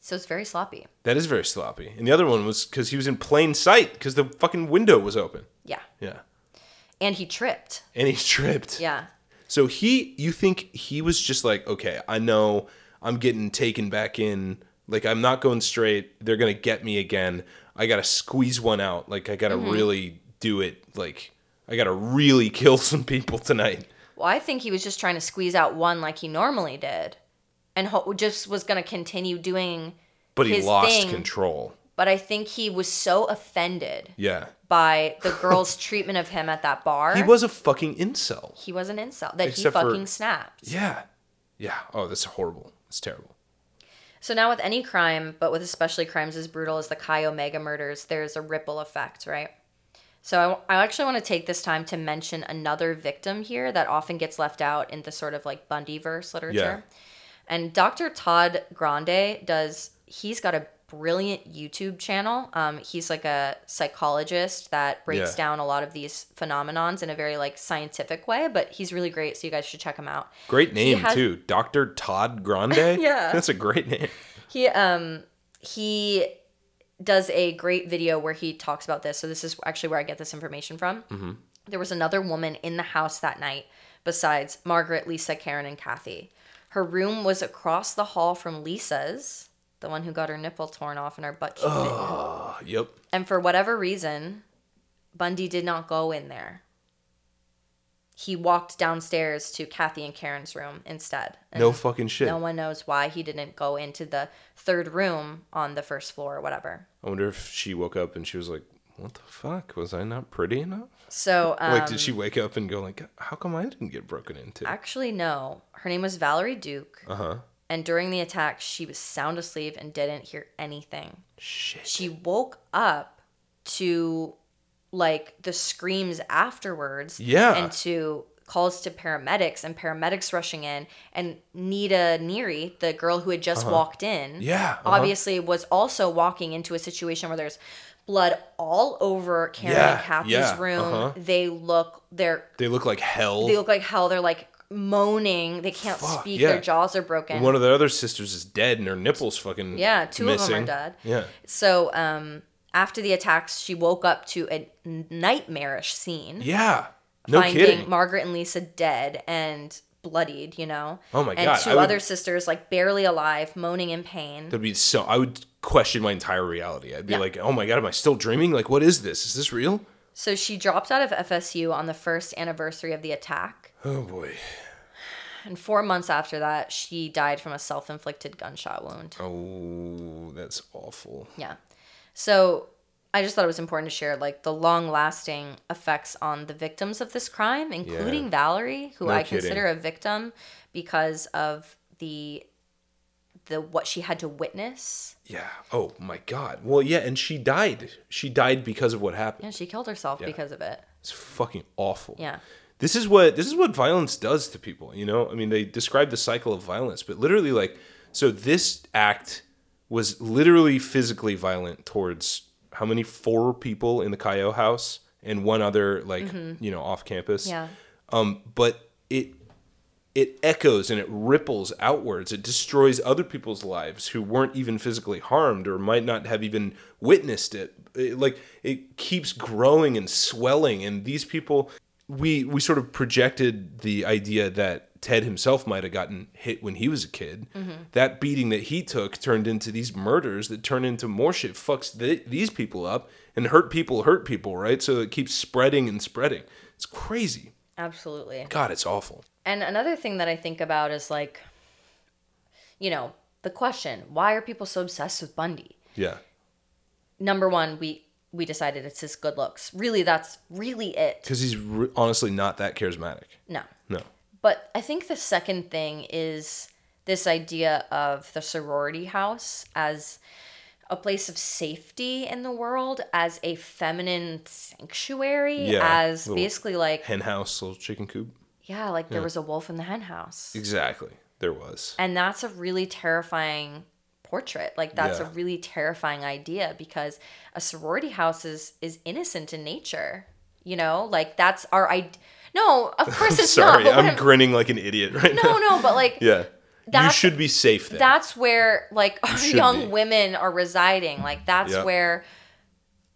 So it's very sloppy.
That is very sloppy. And the other one was because he was in plain sight because the fucking window was open.
Yeah.
Yeah.
And he tripped.
And he tripped.
Yeah.
So he, you think he was just like, okay, I know I'm getting taken back in. Like, I'm not going straight. They're
Mm-hmm.
going to get me again. I got to squeeze one out. Like, I got to really do it. Like, I gotta really kill some people tonight.
Well, I think he was just trying to squeeze out one like he normally did, and ho- just was going to continue doing.
But he
his
lost
thing,
control.
But I think he was so offended
Yeah.
by the girl's treatment of him at that bar.
He was a fucking incel.
He was an incel that
Except
he
for-
fucking snapped.
Yeah. Yeah. Oh, that's horrible. That's terrible.
So now with any crime, but with especially crimes as brutal as the Chi Omega murders, there's a ripple effect, right? So I, I actually want to take this time to mention another victim here that often gets left out in the sort of like Bundy verse literature. And Dr. Todd Grande does, he's got a brilliant YouTube channel. Um, he's like a psychologist that breaks
Yeah.
down a lot of these phenomenons in a very like scientific way, but he's really great. So you guys should check him out.
Great name
has-
too. Dr. Todd Grande.
Yeah.
That's a great name.
He um he does a great video where he talks about this. So this is actually where I get this information from. There was another woman in the house that night besides Margaret, Lisa, Karen, and Kathy. Her room was across the hall from Lisa's, the one who got her nipple torn off and her butt kicked in.
Oh, yep.
And for whatever reason, Bundy did not go in there. He walked downstairs to Kathy and Karen's room instead. And
No fucking shit.
no one knows why he didn't go into the third room on the first floor or whatever.
I wonder if she woke up and she was like, "What the fuck? Was I not pretty enough?"
So, um,
like, did she wake up and go like, "How come I didn't get broken into?"
actually, no. Her name was Valerie Duke,
Uh huh.
and during the attack, she was sound asleep and didn't hear anything.
Shit.
She woke up to like the screams afterwards,
Yeah.
and to calls to paramedics and paramedics rushing in, and Nita Neary, the girl who had just
Uh-huh.
walked in,
Yeah. uh-huh.
obviously was also walking into a situation where there's blood all over Karen
Yeah,
and Kathy's
yeah,
room.
uh-huh.
They look they're
They look like hell.
they look like hell. They're like moaning. They can't
Fuck,
speak.
yeah.
Their jaws are broken.
One of the other sisters is dead, and her nipples fucking
yeah, two of them
missing.
are dead.
Yeah.
So um after the attacks, she woke up to a nightmarish scene.
Yeah. No
finding
kidding.
Margaret and Lisa dead and bloodied, you know.
Oh my
and
God,
two
I would-
other sisters like barely alive, moaning in pain.
That'd be so. I would question my entire reality. I'd be
Yeah.
like, "Oh my god, am I still dreaming? Like, what is this? Is this real?"
So she dropped out of FSU on the first anniversary of the attack.
Oh boy.
And four months after that, she died from a self inflicted gunshot wound.
Oh, that's awful.
Yeah. So I just thought it was important to share like the long lasting effects on the victims of this crime, including Valerie, who
No
I
kidding.
consider a victim because of the the what she had to witness.
Yeah. Oh my god. Well, yeah, and she died. She died because of what happened.
And she killed herself because of it.
It's fucking awful.
Yeah.
This is what this is what violence does to people, you know? I mean, they describe the cycle of violence, but literally like so this act was literally physically violent towards how many four people in the Cayo house and one other like, you know, off campus.
Mm-hmm. Yeah.
Um, but it it echoes and it ripples outwards. It destroys other people's lives who weren't even physically harmed or might not have even witnessed it. It- like it keeps growing and swelling, and these people, we we sort of projected the idea that Ted himself might have gotten hit when he was a kid. That beating that he took turned into these murders that turn into more shit. Fucks th- these people up and hurt people hurt people, right? So it keeps spreading and spreading. It's crazy.
Absolutely.
God, it's awful.
And another thing that I think about is like, you know, the question, why are people so obsessed with Bundy?
Yeah.
Number one, we we decided it's his good looks. Really, that's really it.
because he's re- honestly not that charismatic.
No.
No.
But I think the second thing is this idea of the sorority house as a place of safety in the world, as a feminine sanctuary,
Yeah,
as
little-
basically like,
Henhouse, little chicken coop.
yeah, like there was a wolf in the hen house.
Exactly. There was.
And that's a really terrifying portrait. Like that's
Yeah.
a really terrifying idea because a sorority house is is innocent in nature. You know, like that's our I. No, of course it's
Sorry,
not. but what
I'm grinning like an idiot right now.
no, no, but like
Yeah. You
That's-
should be safe then.
that's where like our
should
young
be.
women are residing. Like that's
Yeah.
where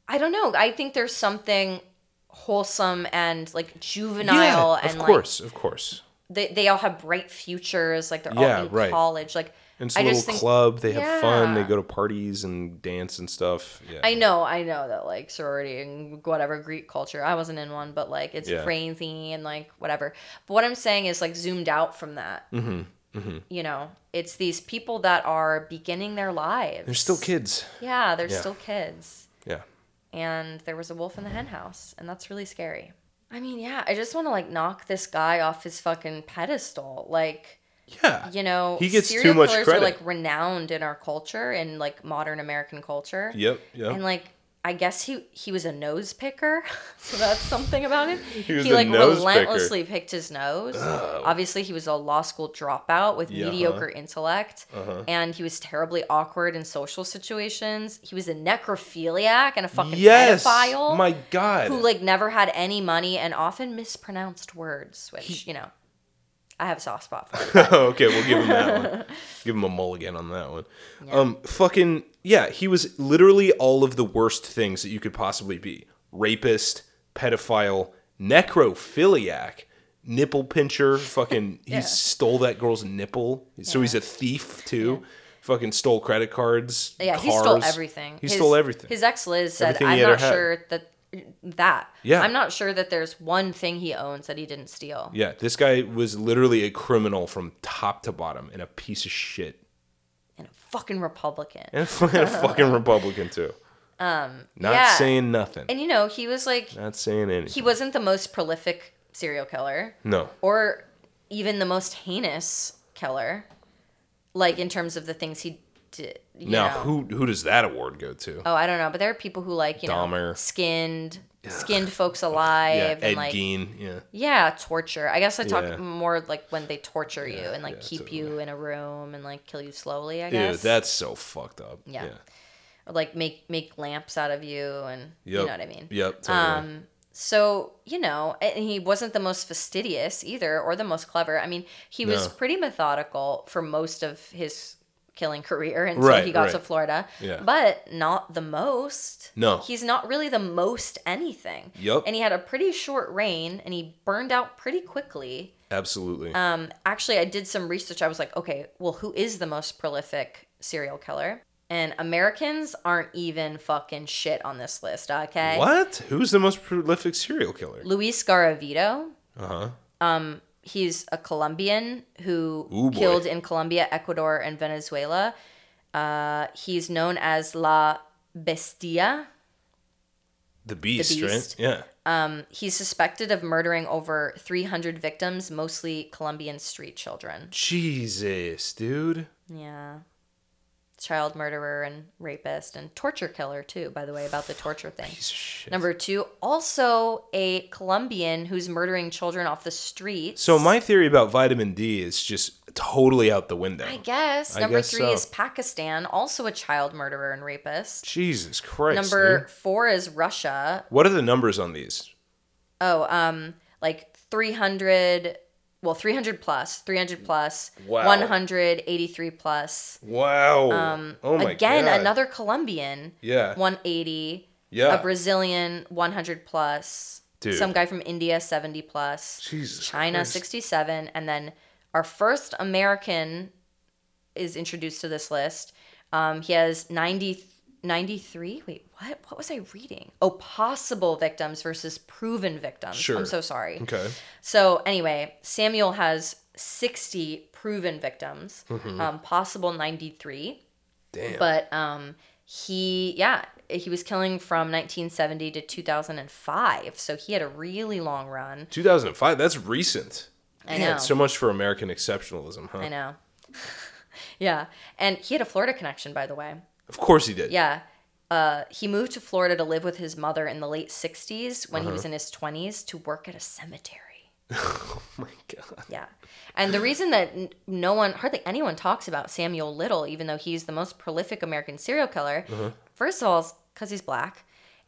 I don't know. I think there's something wholesome and like juvenile
yeah,
and
of
like
course, of course.
they, they all have bright futures like they're
Yeah,
all in
right.
college like
And it's a
I
little
just think-
club. They have fun. They
Yeah.
go to parties and dance and stuff. Yeah.
I know, I know that like sorority and whatever Greek culture. I wasn't in one, but like it's
Yeah.
crazy and like whatever. But what I'm saying is like zoomed out from that. Mm-hmm. You know, it's these people that are beginning their lives.
They're still kids.
Yeah, they're
Yeah.
still kids.
Yeah.
And there was a wolf in the hen house, and that's really scary. I mean, yeah, I just want to like knock this guy off his fucking pedestal. Like,
Yeah.
you know,
He gets
serial
too much
killers
credit.
are like renowned in our culture and like modern American culture.
Yep. Yep.
And like I guess he he was a nose picker, so that's something about him. he
was a
like
nose picker.
relentlessly picked his nose. Obviously, he was a law school dropout with
Yeah, uh-huh.
mediocre intellect, and he was terribly awkward in social situations. He was a necrophiliac and a fucking
yes.
pedophile
My God.
who like never had any money and often mispronounced words, which you know, I have a soft spot for.
okay, we'll give him that one. Give him a mulligan on that one. Um, fucking yeah, he was literally all of the worst things that you could possibly be: rapist, pedophile, necrophiliac, nipple pincher. Fucking, he stole that girl's nipple, so he's a thief too. Fucking stole credit cards.
Yeah,
cars.
he stole everything.
He
His-
stole everything.
His ex Liz said,
Everything he
"I'm
ever
not
had."
sure that that.
Yeah.
I'm not sure that there's one thing he owns that he didn't steal."
yeah, this guy was literally a criminal from top to bottom and a piece of shit.
And a fucking Republican.
And a fucking Republican too. Um, not
yeah.
saying nothing.
And you know, he was like,
Not saying anything.
he wasn't the most prolific serial killer,
no.
or even the most heinous killer, like in terms of the things he did. You
Now,
know.
who who does that award go to?
Oh, I don't know, but there are people who like you know
Dahmer.
skinned skinned folks alive
yeah,
and
Ed
like
Gein. Yeah,
Yeah, torture. I guess I talk
Yeah.
more like when they torture you and like
yeah,
keep
totally.
you in a room and like kill you slowly. I
dude,
guess.
that's so fucked up.
Yeah. Or, like make make lamps out of you and you know what I mean.
Yep. Totally.
Um. So you know, and he wasn't the most fastidious either, or the most clever. I mean, he was
No.
pretty methodical for most of his killing career until
Right,
he got
right.
to Florida.
Yeah.
But not the most.
No.
He's not really the most anything.
Yup.
And he had a pretty short reign, and he burned out pretty quickly.
Absolutely.
Um, actually, I did some research. I was like, okay, well, who is the most prolific serial killer? And Americans aren't even fucking shit on this list, okay?
what? Who's the most prolific serial killer?
Luis Garavito.
Uh huh.
He's a Colombian who
Ooh, boy.
killed in Colombia, Ecuador, and Venezuela. Uh, he's known as La Bestia.
The beast,
Beast.
right? Yeah.
He's suspected of murdering over 300 victims, mostly Colombian street children.
Jesus, dude.
Yeah. Child murderer and rapist and torture killer, too, by the way, about the torture thing.
Piece of shit.
Number two, also a Colombian who's murdering children off the street.
So my theory about vitamin D is just totally out the window.
I guess.
I
Number
guess
three
so.
is Pakistan, also a child murderer and rapist.
Jesus Christ.
Number
dude.
four is Russia.
What are the numbers on these?
Oh, um, like 300, well, 300 plus, 300 plus,
Wow.
183 plus.
Wow. Um, oh my
Again,
God.
another Colombian.
Yeah.
180.
Yeah.
A Brazilian 100 plus.
Dude.
Some guy from India 70 plus.
Jesus
China
Christ.
67 and then our first American is introduced to this list. Um, he has 90 93 wait what what was i reading oh possible victims versus proven victims
Sure.
i'm so sorry
Okay.
so anyway, Samuel has 60 proven victims,
Mm-hmm.
um, possible 93.
Damn.
But um, he, yeah, he was killing from 1970 to 2005. So he had a really long run.
2005. That's recent.
I
Man,
know.
so much for American exceptionalism, huh?
I know. yeah. And he had a Florida connection, by the way.
Of course he did.
Yeah. Uh, he moved to Florida to live with his mother in the late 60s when he was in his 20s to work at a cemetery.
Oh my god.
Yeah. And the reason that n- no one, hardly anyone talks about Samuel Little, even though he's the most prolific American serial killer,
Mm-hmm.
first of all, because he's black.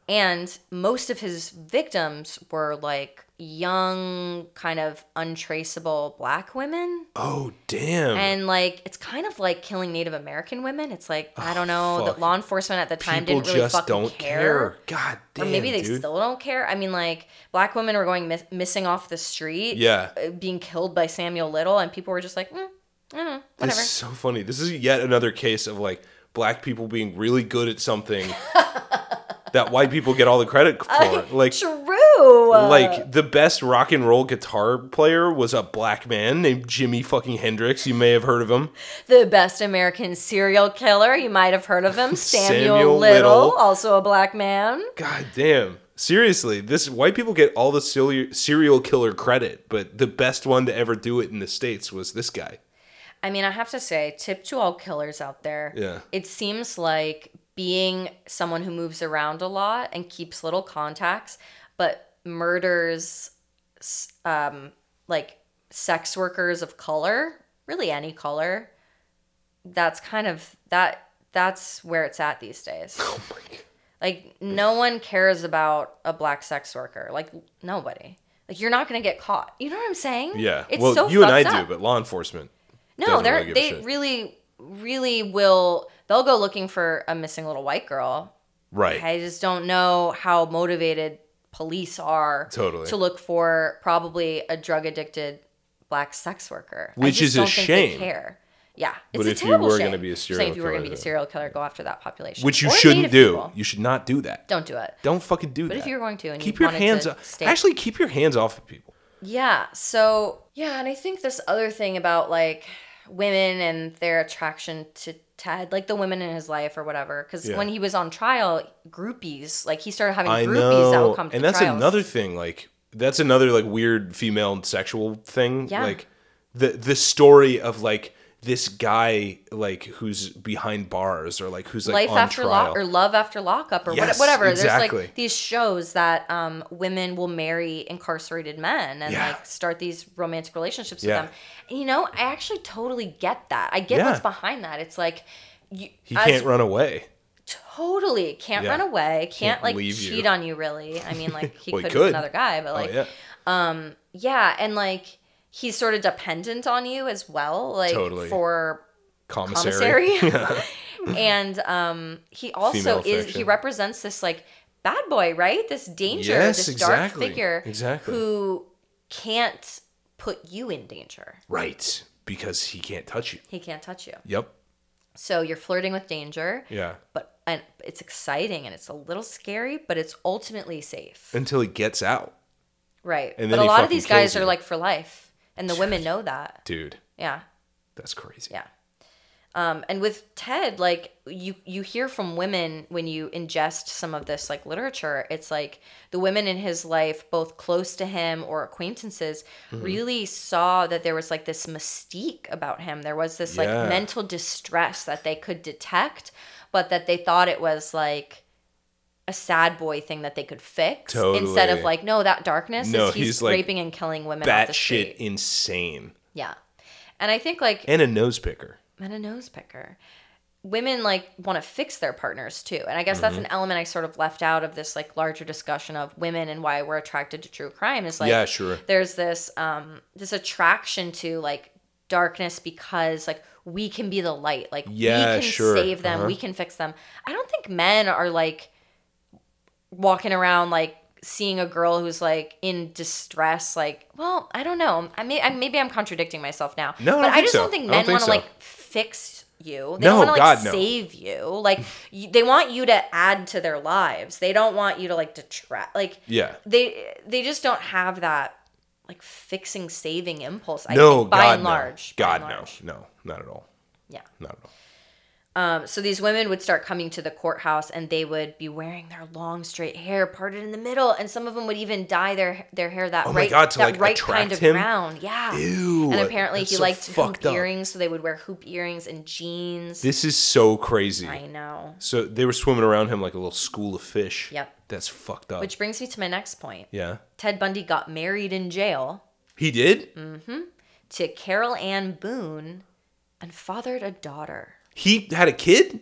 And most of his victims were like young, kind of untraceable black women.
Oh damn.
And like, it's kind of like killing Native American women. It's like, I don't know,
Ah, fuck.
that law enforcement at the time
People
didn't really
just
fucking
don't
care.
care. God
Or
damn.
maybe they
dude.
still don't care. I mean, like black women were going mis- missing off the street,
Yeah.
uh, being killed by Samuel Little, and people were just like, mm,
This
whatever.
is so funny. This is yet another case of like black people being really good at something that white people get all the credit for. Like
True.
like the best rock and roll guitar player was a black man named Jimi fucking Hendrix. You may have heard of him.
the best American serial killer. You might have heard of him, Samuel,
Samuel
Little,
Little.
also a black man.
God damn. Seriously, this white people get all the serial serial killer credit, but the best one to ever do it in the states was this guy.
I mean, I have to say, tip to all killers out there.
Yeah.
It seems like being someone who moves around a lot and keeps little contacts, but murders s- um, like sex workers of color, really any color, that's kind of that that's where it's at these days.
Oh my god.
Like no one cares about a black sex worker. Like nobody. Like you're not gonna get caught. You know what I'm saying?
Yeah.
It's
well,
so
you and I
fucked up.
do, but law enforcement.
No,
doesn't
they're
really give a
they
shit.
really, really will. They'll go looking for a missing little white girl.
Right.
I just don't know how motivated police are
Totally.
to look for probably a drug addicted black sex worker, I
Which
just
is a
don't think they
shame.
Care. Yeah, it's
But
a
if you
terrible
were
shame.
gonna be a
I'm saying
serial
if you were going to
killer,
be a
though.
serial killer, go after that population,
Which you
Or
shouldn't
Native
do.
people.
You should not do that.
Don't do it.
Don't fucking do that.
But if you were going to, and
keep
you
your
wanted
hands
to
off.
stay-
Actually, keep your hands off of people.
Yeah. So, yeah. And I think this other thing about like women and their attraction to Ted, like the women in his life or whatever. Cause
Yeah.
when he was on trial, groupies, like he started having
I
groupies
know.
that would come to
and that's
trials.
another thing. Like that's another like weird female and sexual thing.
Yeah.
Like the the story of like this guy like who's behind bars or like who's like
Life
on
after
trial.
lock or love after lockup or what-
Yes,
whatever. There's
exactly.
like these shows that um, women will marry incarcerated men and
Yeah.
like start these romantic relationships
Yeah.
with them. And, you know, I actually totally get that. I get
Yeah.
what's behind that. It's like you,
he
as
can't run away.
totally can't
Yeah.
run away can't,
Can't
like
leave you.
cheat on you really i mean like he
Well, he
could,
could.
with another guy but like
oh
yeah.
yeah.
and like he's sort of dependent on you as well like
Totally.
for
Commissary.
commissary and um he
Female
also is he
fiction.
represents this like bad boy right this danger
Yes,
this
exactly.
dark figure
Exactly.
who can't put you in danger
Right. Because he can't touch you.
he can't touch you
Yep.
so you're flirting with danger
Yeah.
but and it's exciting and it's a little scary but it's ultimately safe
Until he gets out,
Right.
And
but
then
a
he
lot of
fucking
these guys
kills
are
you.
like for life. And the women know that.
dude.
Yeah.
That's crazy.
Yeah. Um, and with Ted, like you you hear from women when you ingest some of this like literature, it's like the women in his life, both close to him or acquaintances,
Mm-hmm.
really saw that there was like this mystique about him. There was this
Yeah.
like mental distress that they could detect, but that they thought it was like a sad boy thing that they could fix instead
Totally.
of like no that darkness
No,
is he's,
he's, like,
raping and killing women off the street.
Batshit insane.
Yeah. And I think like
And a nose picker.
and a nose picker. Women like want to fix their partners too. And I guess that's an element I sort of left out of this like larger discussion of women and why we're attracted to true crime is like
Yeah, sure.
there's this um this attraction to like darkness because like we can be the light. Like
Yeah,
we can
sure.
save them,
Uh-huh.
we can fix them. I don't think men are like walking around like seeing a girl who's like in distress like well i don't know i may I, maybe i'm contradicting myself now
No, I don't
but i
think
just
so.
don't think
I
men
don't think
want to
so.
like fix you they
No,
don't want to like
God, no.
save you like you, they want you to add to their lives they don't want you to like detract like
Yeah.
they they just don't have that like fixing saving impulse i
no,
think by
God,
and large
no.
by
God,
and large.
no. No, not at all.
yeah
Not at all.
um, so these women would start coming to the courthouse and they would be wearing their long straight hair parted in the middle and some of them would even dye their their hair that
Oh my
right
God, to,
that
like,
right
attract
kind of
him?
brown. Yeah.
Ew,
And apparently
that's
he
so
liked hoop
fucked up.
earrings, so they would wear hoop earrings and jeans.
This is so crazy.
I know.
So they were swimming around him like a little school of fish.
Yep.
That's fucked up.
Which brings me to my next point.
yeah.
Ted Bundy got married in jail
He did?
Mm. to Carol Ann Boone and fathered a daughter
He had a kid?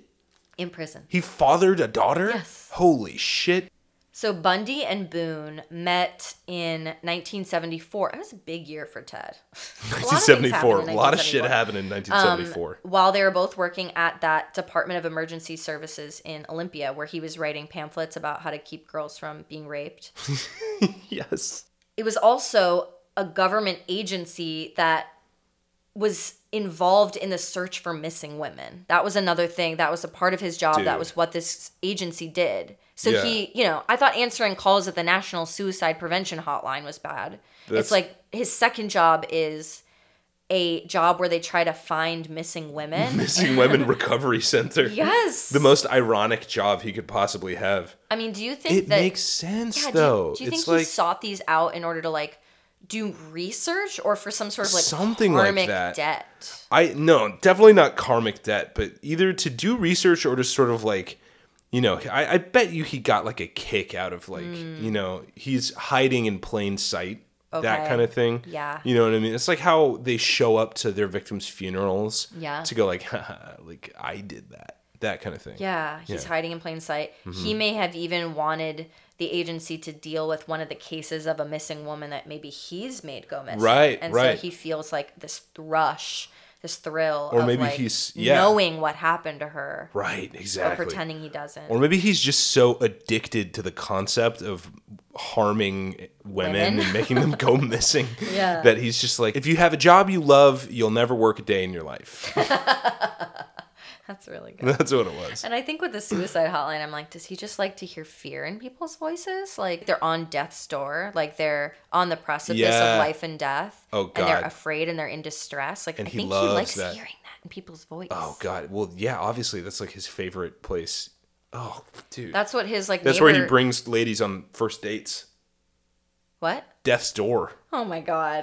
in prison.
He fathered a daughter?
Yes.
Holy shit.
So Bundy and Boone met in 1974. That was a big year for Ted. A lot of things happened
1974.
in Um,
A lot of shit
1974.
happened in 1974.
While they were both working at that Department of Emergency Services in Olympia, where he was writing pamphlets about how to keep girls from being raped,
yes.
it was also a government agency that was involved in the search for missing women. That was another thing. That was a part of his job. That
Dude.
was what this agency did. So
Yeah.
he, you know, I thought answering calls at the National Suicide Prevention Hotline was bad.
That's-
it's like his second job is a job where they try to find missing women.
Missing Women Recovery Center.
yes.
The most ironic job he could possibly have.
I mean, do you think
It
that
makes sense
Yeah, do you-
though.
Do you,
it's
think
like
he sought these out in order to like do research or for some sort of like
Something like
karmic
that.
debt?
I no, definitely not karmic debt, but either to do research or to sort of like, you know, I, I bet you he got like a kick out of like,
Mm.
you know, he's hiding in plain sight, that
Okay.
kind of thing.
Yeah.
you know what I mean. It's like how they show up to their victims' funerals.
Yeah.
to go like, Haha, like I did that, that kind of thing.
Yeah, he's
Yeah. Mm-hmm.
hiding in plain sight. He may have even wanted the agency to deal with one of the cases of a missing woman that maybe he's made go missing.
Right,
and
right.
so he feels like this rush, this thrill,
Or
of,
maybe
like,
he's- yeah.
knowing what happened to her,
Right,
or
exactly.
pretending he doesn't.
Or maybe he's just so addicted to the concept of harming women,
Women.
and making them go missing
Yeah.
that he's just like, if you have a job you love, you'll never work a day in your life.
That's really good.
That's what it was.
And I think with the suicide hotline, I'm like, does he just like to hear fear in people's voices? Like they're on death's door, like they're on the precipice
Yeah.
of life and death.
Oh,
And they're
God.
afraid and they're in distress. Like
And
I
he
think he
loves
likes
that.
hearing that in people's voice.
Oh, God. Well, yeah, obviously, that's like his favorite place. Oh, dude.
That's what his like.
That's
neighbor...
where he brings ladies on first dates.
What?
Death's door.
Oh my god.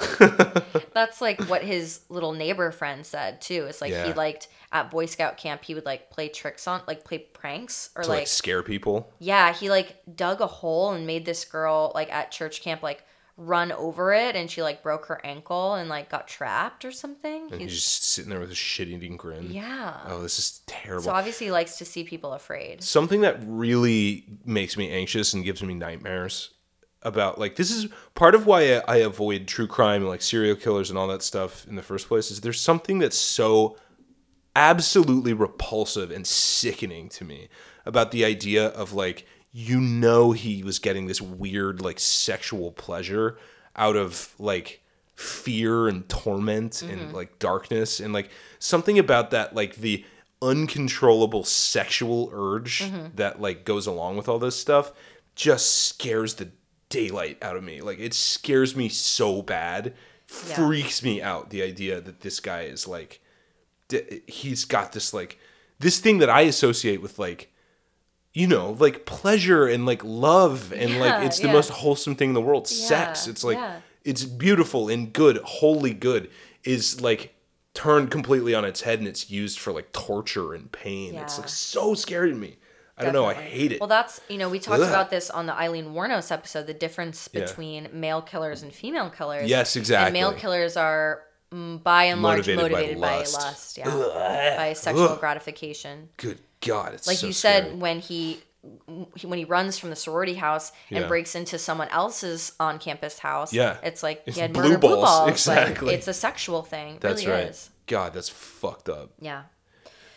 That's like what his little neighbor friend said too. It's like
Yeah.
he liked at Boy Scout camp. He would like play tricks on, like play pranks or
To like, scare people.
Yeah, he like dug a hole and made this girl like at church camp like run over it and she like broke her ankle and like got trapped or something.
And he's
He's,
just sitting there with a shit eating grin.
yeah.
Oh, this is terrible.
so obviously he likes to see people afraid.
something that really makes me anxious and gives me nightmares about like this is part of why I, I avoid true crime and like serial killers and all that stuff in the first place is there's something that's so absolutely repulsive and sickening to me about the idea of like you know he was getting this weird like sexual pleasure out of like fear and torment and like darkness and like something about that like the uncontrollable sexual urge that like goes along with all this stuff just scares the daylight out of me like it scares me so bad freaks me out the idea that this guy is like d- he's got this like this thing that I associate with like you know like pleasure and like love and like
Yeah,
it's the
yeah.
most wholesome thing in the world sex
Yeah,
it's like
yeah.
it's beautiful and good wholly good is like turned completely on its head and it's used for like torture and pain it's
Yeah.
like so scary to me I don't know I hate it
Well, that's, you know, we talked
Ugh.
about this on the Eileen Warnos episode the difference
Yeah.
between male killers and female killers.
Yes,
And male
exactly.
killers are mm, by and large
Motivated by
motivated, by,
lust.
lust. yeah. By sexual
Ugh.
gratification.
good god it's
like
so
you said
scary.
when he when he runs from the sorority house and
Yeah.
breaks into someone else's on-campus house
Yeah.
it's like
It's
he had
blue
murder blue
balls,
balls Like,
exactly.
it's a sexual thing It
that's
really
right
is
god that's fucked up
yeah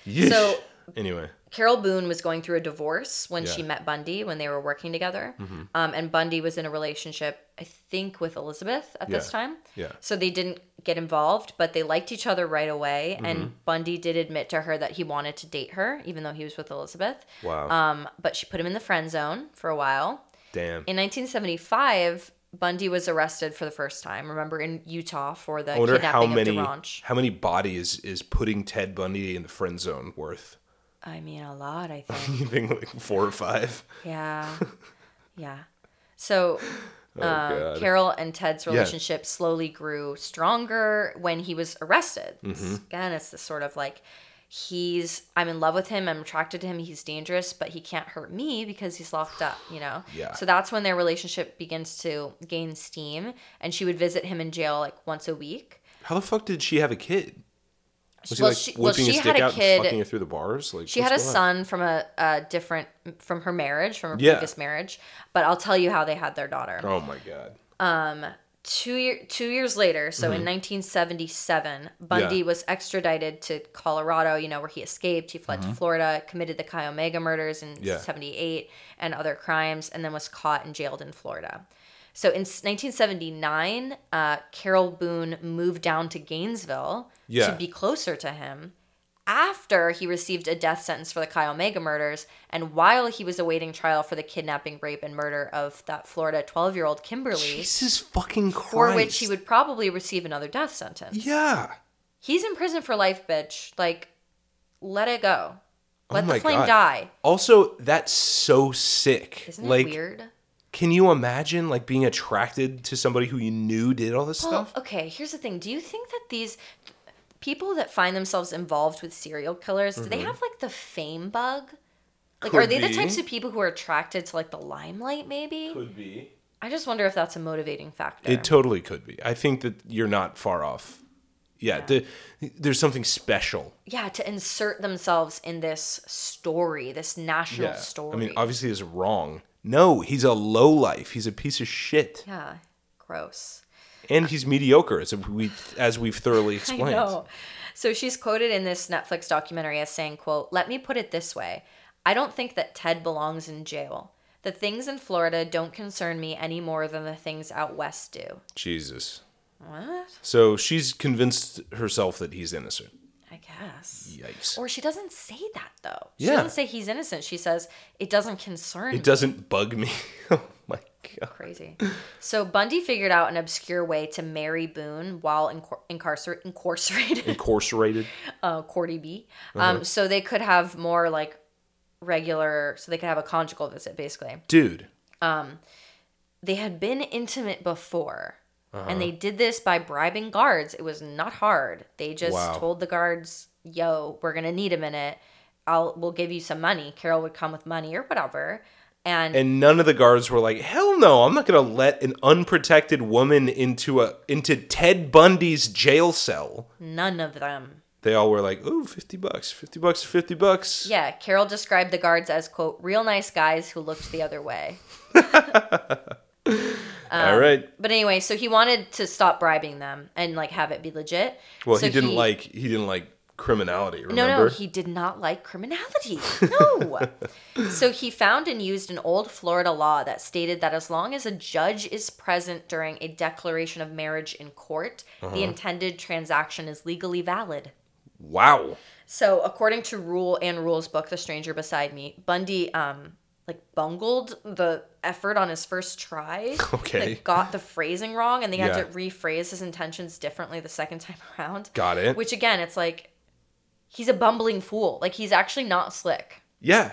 Yeesh. anyway
carol boone was going through a divorce when she
Yeah. Mm-hmm.
met bundy when they were working together um, and bundy was in a relationship i think with elizabeth at this
Yeah.
time
Yeah.
so they didn't get involved but they liked each other right away
Mm-hmm.
and bundy did admit to her that he wanted to date her even though he was with elizabeth
wow
um, but she put him in the friend zone for a while.
damn
In 1975, Bundy was arrested for the first time. Remember in Utah for the
I wonder how
kidnapping
many
of DeRanch.
how many bodies is putting Ted Bundy in the friend zone worth?
I mean, a lot. I think.
You think like four or five?
yeah, yeah. So
Oh
Uh,
god.
Carol and Ted's relationship slowly grew stronger when he was arrested.
Mm-hmm.
It's- Again, it's this sort of like he's I'm in love with him, I'm attracted to him, he's dangerous, but he can't hurt me because he's locked up, you know.
Yeah.
So that's when their relationship begins to gain steam and she would visit him in jail like once a week.
how the fuck did she have a kid? Was
Well,
he like
she- well,
whipping
she
his
had
dick
a
out
kid-
and fucking her through the bars? Like
She had a son from a, a different from her marriage, from her
Yeah.
previous marriage, but I'll tell you how they had their daughter.
Oh my god.
two year, two years later, so in 1977, Bundy
Mm-hmm. Yeah.
was extradited to Colorado. You know where he escaped. He fled to Florida, committed the Chi Omega murders in
Mm-hmm. Yeah.
'78 and other crimes, and then was caught and jailed in Florida. So in s- 1979, uh, Carol Boone moved down to Gainesville
Yeah.
to be closer to him after he received a death sentence for the Chi Omega murders and while he was awaiting trial for the kidnapping, rape, and murder of that Florida 12 year old Kimberly,
Jesus fucking Christ.
for which he would probably receive another death sentence.
Yeah.
He's in prison for life, bitch. Like, let it go. Let
Oh my
the flame
God.
die.
Also, that's so sick.
Isn't
like,
it weird?
can you imagine like being attracted to somebody who you knew did all this
Well,
stuff?
okay, here's the thing. Do you think that these people that find themselves involved with serial killers, do they have like the fame bug? Like,
Mm-hmm.
are
Could
they
be.
the types of people who are attracted to like the limelight, maybe?
Could be.
I just wonder if that's a motivating factor.
It totally could be. I think that you're not far off. Yeah, The, there's something special.
yeah, to insert themselves in this story, this national
Yeah. I
story.
mean, obviously, it's wrong. No, he's a low life. He's a piece of shit,
yeah, gross.
and he's mediocre, as we as we've thoroughly
I
explained.
know. So she's quoted in this Netflix documentary as saying, quote, "Let me put it this way. I don't think that Ted belongs in jail. The things in Florida don't concern me any more than the things out west do."
Jesus.
What?
So she's convinced herself that he's innocent.
I guess.
Yikes.
Or she doesn't say that though. She
Yeah.
doesn't say he's innocent. She says it doesn't concern
It doesn't bug me. oh my god.
Crazy. So Bundy figured out an obscure way to marry Boone while incar- incarcer- incarcerated,
Incarcerated.
uh, Cordy B. Um,
Uh-huh.
So they could have more like regular, so they could have a conjugal visit basically.
Dude.
They had been intimate before.
Uh-huh.
And they did this by bribing guards. It was not hard. They just
Wow.
told the guards, "Yo, we're gonna need a minute. I'll we'll give you some money." Carol would come with money or whatever, and
And none of the guards were like, "Hell no, I'm not going to let an unprotected woman into a into Ted Bundy's jail cell."
none of them
They all were like, "Ooh, 50 bucks. 50 bucks, 50 bucks."
Yeah, Carol described the guards as, quote, real nice guys who looked the other way.
all right.
But anyway, so he wanted to stop bribing them and like have it be legit.
Well,
So
he didn't like he didn't like criminality, remember?
No, no, he did not like criminality. No. so he found and used an old Florida law that stated that as long as a judge is present during a declaration of marriage in court,
Uh-huh.
the intended transaction is legally valid.
wow.
So, according to Rule and Rule's book, The Stranger Beside Me, Bundy um like bungled the effort on his first try.
Okay.
Like got the phrasing wrong and they had
Yeah.
to rephrase his intentions differently the second time around.
Got it.
Which again, it's like he's a bumbling fool. Like he's actually not slick.
yeah.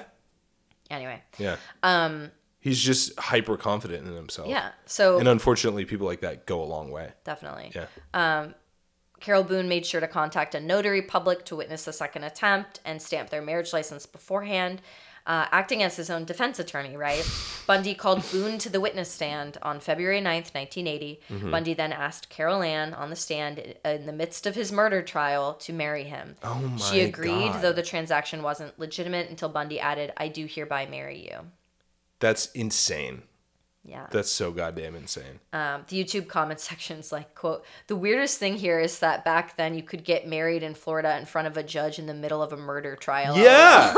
Anyway.
Yeah. Um he's just hyper confident in himself.
Yeah. So
And unfortunately, people like that go a long way.
definitely.
Yeah.
Carol Boone made sure to contact a notary public to witness the second attempt and stamp their marriage license beforehand. Uh, acting as his own defense attorney, right? Bundy called Boone to the witness stand on February 9th, 1980.
Mm-hmm.
Bundy then asked Carol Ann on the stand i- in the midst of his murder trial to marry him.
Oh
she
my
agreed,
God.
though the transaction wasn't legitimate until Bundy added, I do hereby marry you.
That's insane.
Yeah.
That's so goddamn insane.
um, the YouTube comment sections like quote the weirdest thing here is that back then you could get married in Florida in front of a judge in the middle of a murder trial.
Yeah.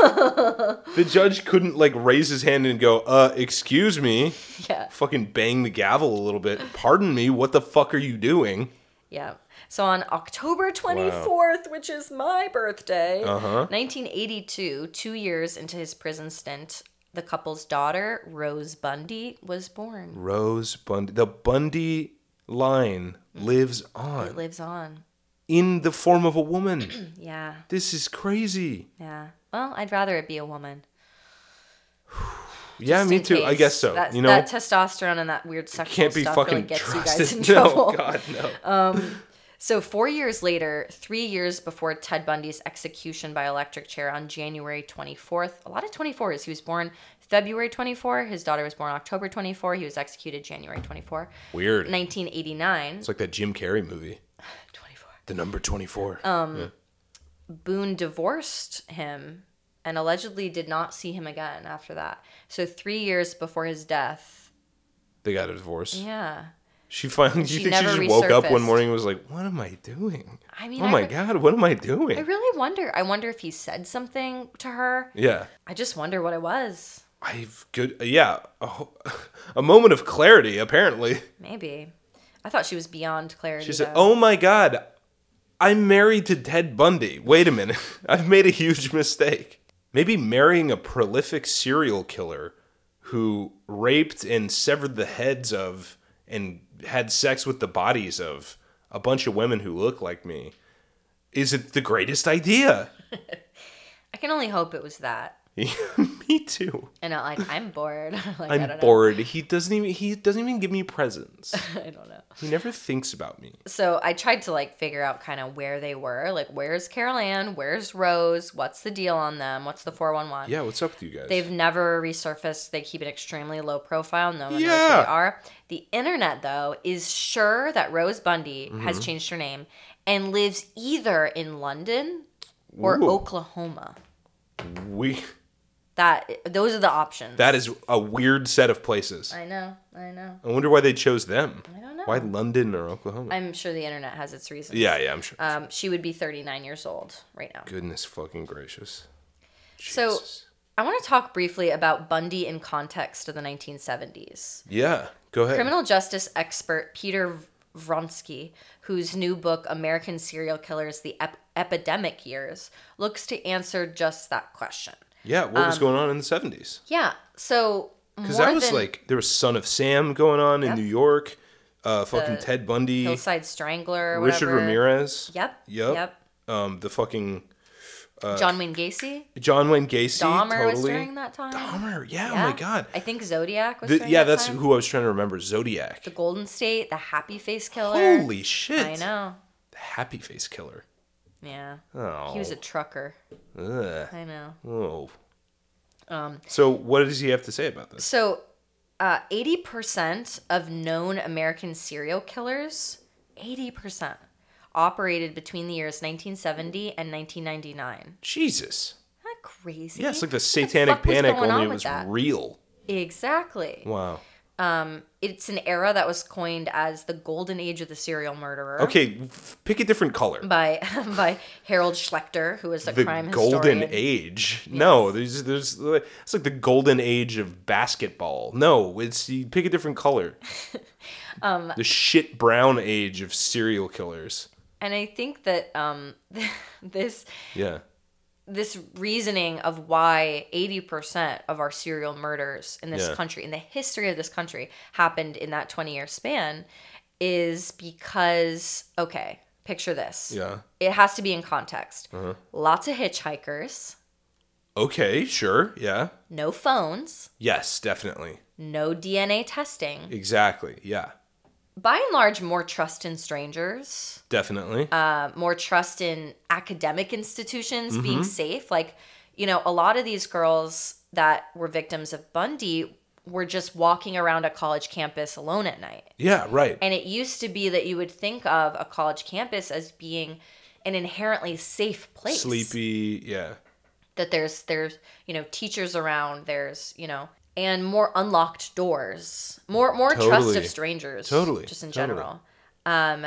the judge couldn't like raise his hand and go, "Uh, excuse me."
Yeah.
Fucking bang the gavel a little bit. Pardon me. What the fuck are you doing?
Yeah. So on October 24th, which is my birthday,
Uh-huh.
1982, two years into his prison stint, the couple's daughter, Rose Bundy, was born.
Rose Bundy. The Bundy line lives
It
on
lives on.
in the form of a woman.
Yeah.
this is crazy.
Yeah. Well, I'd rather it be a woman.
Yeah,
Just
me
in
too. I
case.
guess so.
That,
you know,
that testosterone and that weird sexual
can't be
stuff
fucking
really gets you guys
trusted.
in trouble.
no, God, no.
So, four years later, three years before Ted Bundy's execution by electric chair on January 24th, a lot of 24s. He was born February 24. His daughter was born October 24. He was executed January 24,
Weird.
1989.
It's like that Jim Carrey movie,
24.
The Number Twenty Four.
Um, Boone divorced him and allegedly did not see him again after that. So, three years before his death.
they got a divorce.
Yeah.
She finally. Do you
She
think she just
never
woke up one
resurfaced.
morning and was like, "What am I doing?
I mean,
oh
I
my
re-
god, what am I
I
doing?"
really wonder. I wonder if he said something to her.
yeah,
I just wonder what it was.
I've good. Yeah, a, ho- a moment of clarity. Apparently,
Maybe. I thought she was beyond clarity.
she said,
though.
"Oh my God, I'm married to Ted Bundy. Wait a minute, I've made a huge mistake. Maybe marrying a prolific serial killer who raped and severed the heads of and had sex with the bodies of a bunch of women who look like me is it the greatest idea?
I can only hope it was that.
me too."
And I, like, I'm bored. like, I
I'm
don't
bored. He doesn't even he doesn't even give me presents.
know. I don't know.
He never thinks about me.
So I tried to like figure out kind of where they were. Like, where's Carol Ann? Where's Rose? What's the deal on them? What's the 411?
Yeah, what's up with you guys?
They've never resurfaced. They keep an extremely low profile. No one knows who
Yeah.
they are. The internet, though, is sure that Rose Bundy has
Mm-hmm.
changed her name and lives either in London or
Ooh.
Oklahoma.
we
That those are the options.
that is a weird set of places.
I know. I know.
I wonder why they chose them.
I don't know.
Why London or Oklahoma?
I'm sure the internet has its reasons.
yeah, yeah, I'm sure.
Um, she would be 39 years old right now.
Goodness fucking gracious.
So-
Jesus.
I want to talk briefly about Bundy in context of the 1970s.
yeah, go ahead.
Criminal justice expert Peter Vronsky, whose new book, American Serial Killers The Ep- Epidemic Years, looks to answer just that question.
yeah, what was going on in the 70s?
Yeah, so.
Because
um, more
that was
than
like there was Son of Sam going on in New York, uh, fucking
The
Ted Bundy,
Hillside Strangler, or
Richard
whatever.
Ramirez.
Yep.
Yep.
Yep.
Um, the fucking
John Wayne Gacy.
John Wayne Gacy.
Dahmer
Uh, totally.
was during that time.
Dahmer, yeah,
Yeah.
oh my god.
I think Zodiac was.
The-
during
yeah,
that
that's
time.
who I was trying to remember. Zodiac.
The Golden State, the Happy Face Killer.
Holy shit!
I know.
The happy face killer.
Yeah.
Oh.
He was a trucker.
Ugh.
I know.
Oh.
Um,
So what does he have to say about this?
So, uh, eighty percent of known American serial killers, eighty percent, operated between the years 1970 and 1999. Isn't
Jesus.
that crazy?
Yeah, it's like the
What
satanic
fuck was
panic
going
only
on
it
with
was
that?
real.
exactly.
Wow.
Um, it's an era that was coined as the golden age of the serial murderer.
Okay, f- pick a different color.
By by Harold Schlechter, who was a
The
crime
golden
historian.
age. No, there's there's it's like the golden age of basketball. No, it's you pick a different color. um, the shit brown age of serial killers.
And I think that um, this
Yeah.
this reasoning of why 80% of our serial murders in this
Yeah.
country in the history of this country happened in that 20 year span is because okay picture this
Yeah. Uh-huh.
it has to be in context lots of hitchhikers
Okay, sure. Yeah.
no phones
Yes, definitely.
no dna testing
Exactly. Yeah.
by and large more trust in strangers
Definitely.
uh, more trust in academic institutions being safe. Like, you know, a lot of these girls that were victims of Bundy were just walking around a college campus alone at night.
yeah, right.
And it used to be that you would think of a college campus as being an inherently safe place.
Sleepy, yeah.
That there's there's, you know, teachers around, there's, you know, and more unlocked doors. More more trust of
Totally.
strangers.
Totally.
Just in
Totally.
general. Um,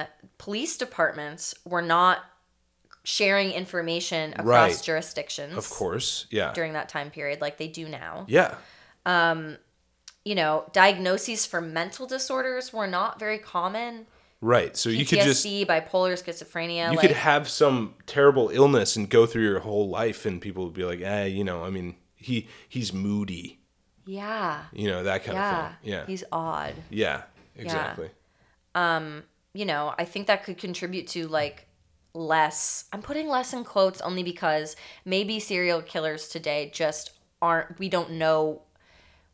police departments were not sharing information across
Right.
jurisdictions
Of course. Yeah.
during that time period like they do now.
yeah.
You know, diagnoses for mental disorders were not very common.
Right. So
PTSD,
you could just you
bipolar, schizophrenia, like
could have some terrible illness and go through your whole life and people would be like, "Eh, you know, I mean, he he's moody."
yeah.
You know, that kind
Yeah.
of thing. Yeah.
He's odd.
yeah. Exactly.
you know, I think that could contribute to like less. I'm putting less in quotes only because maybe serial killers today just aren't, we don't know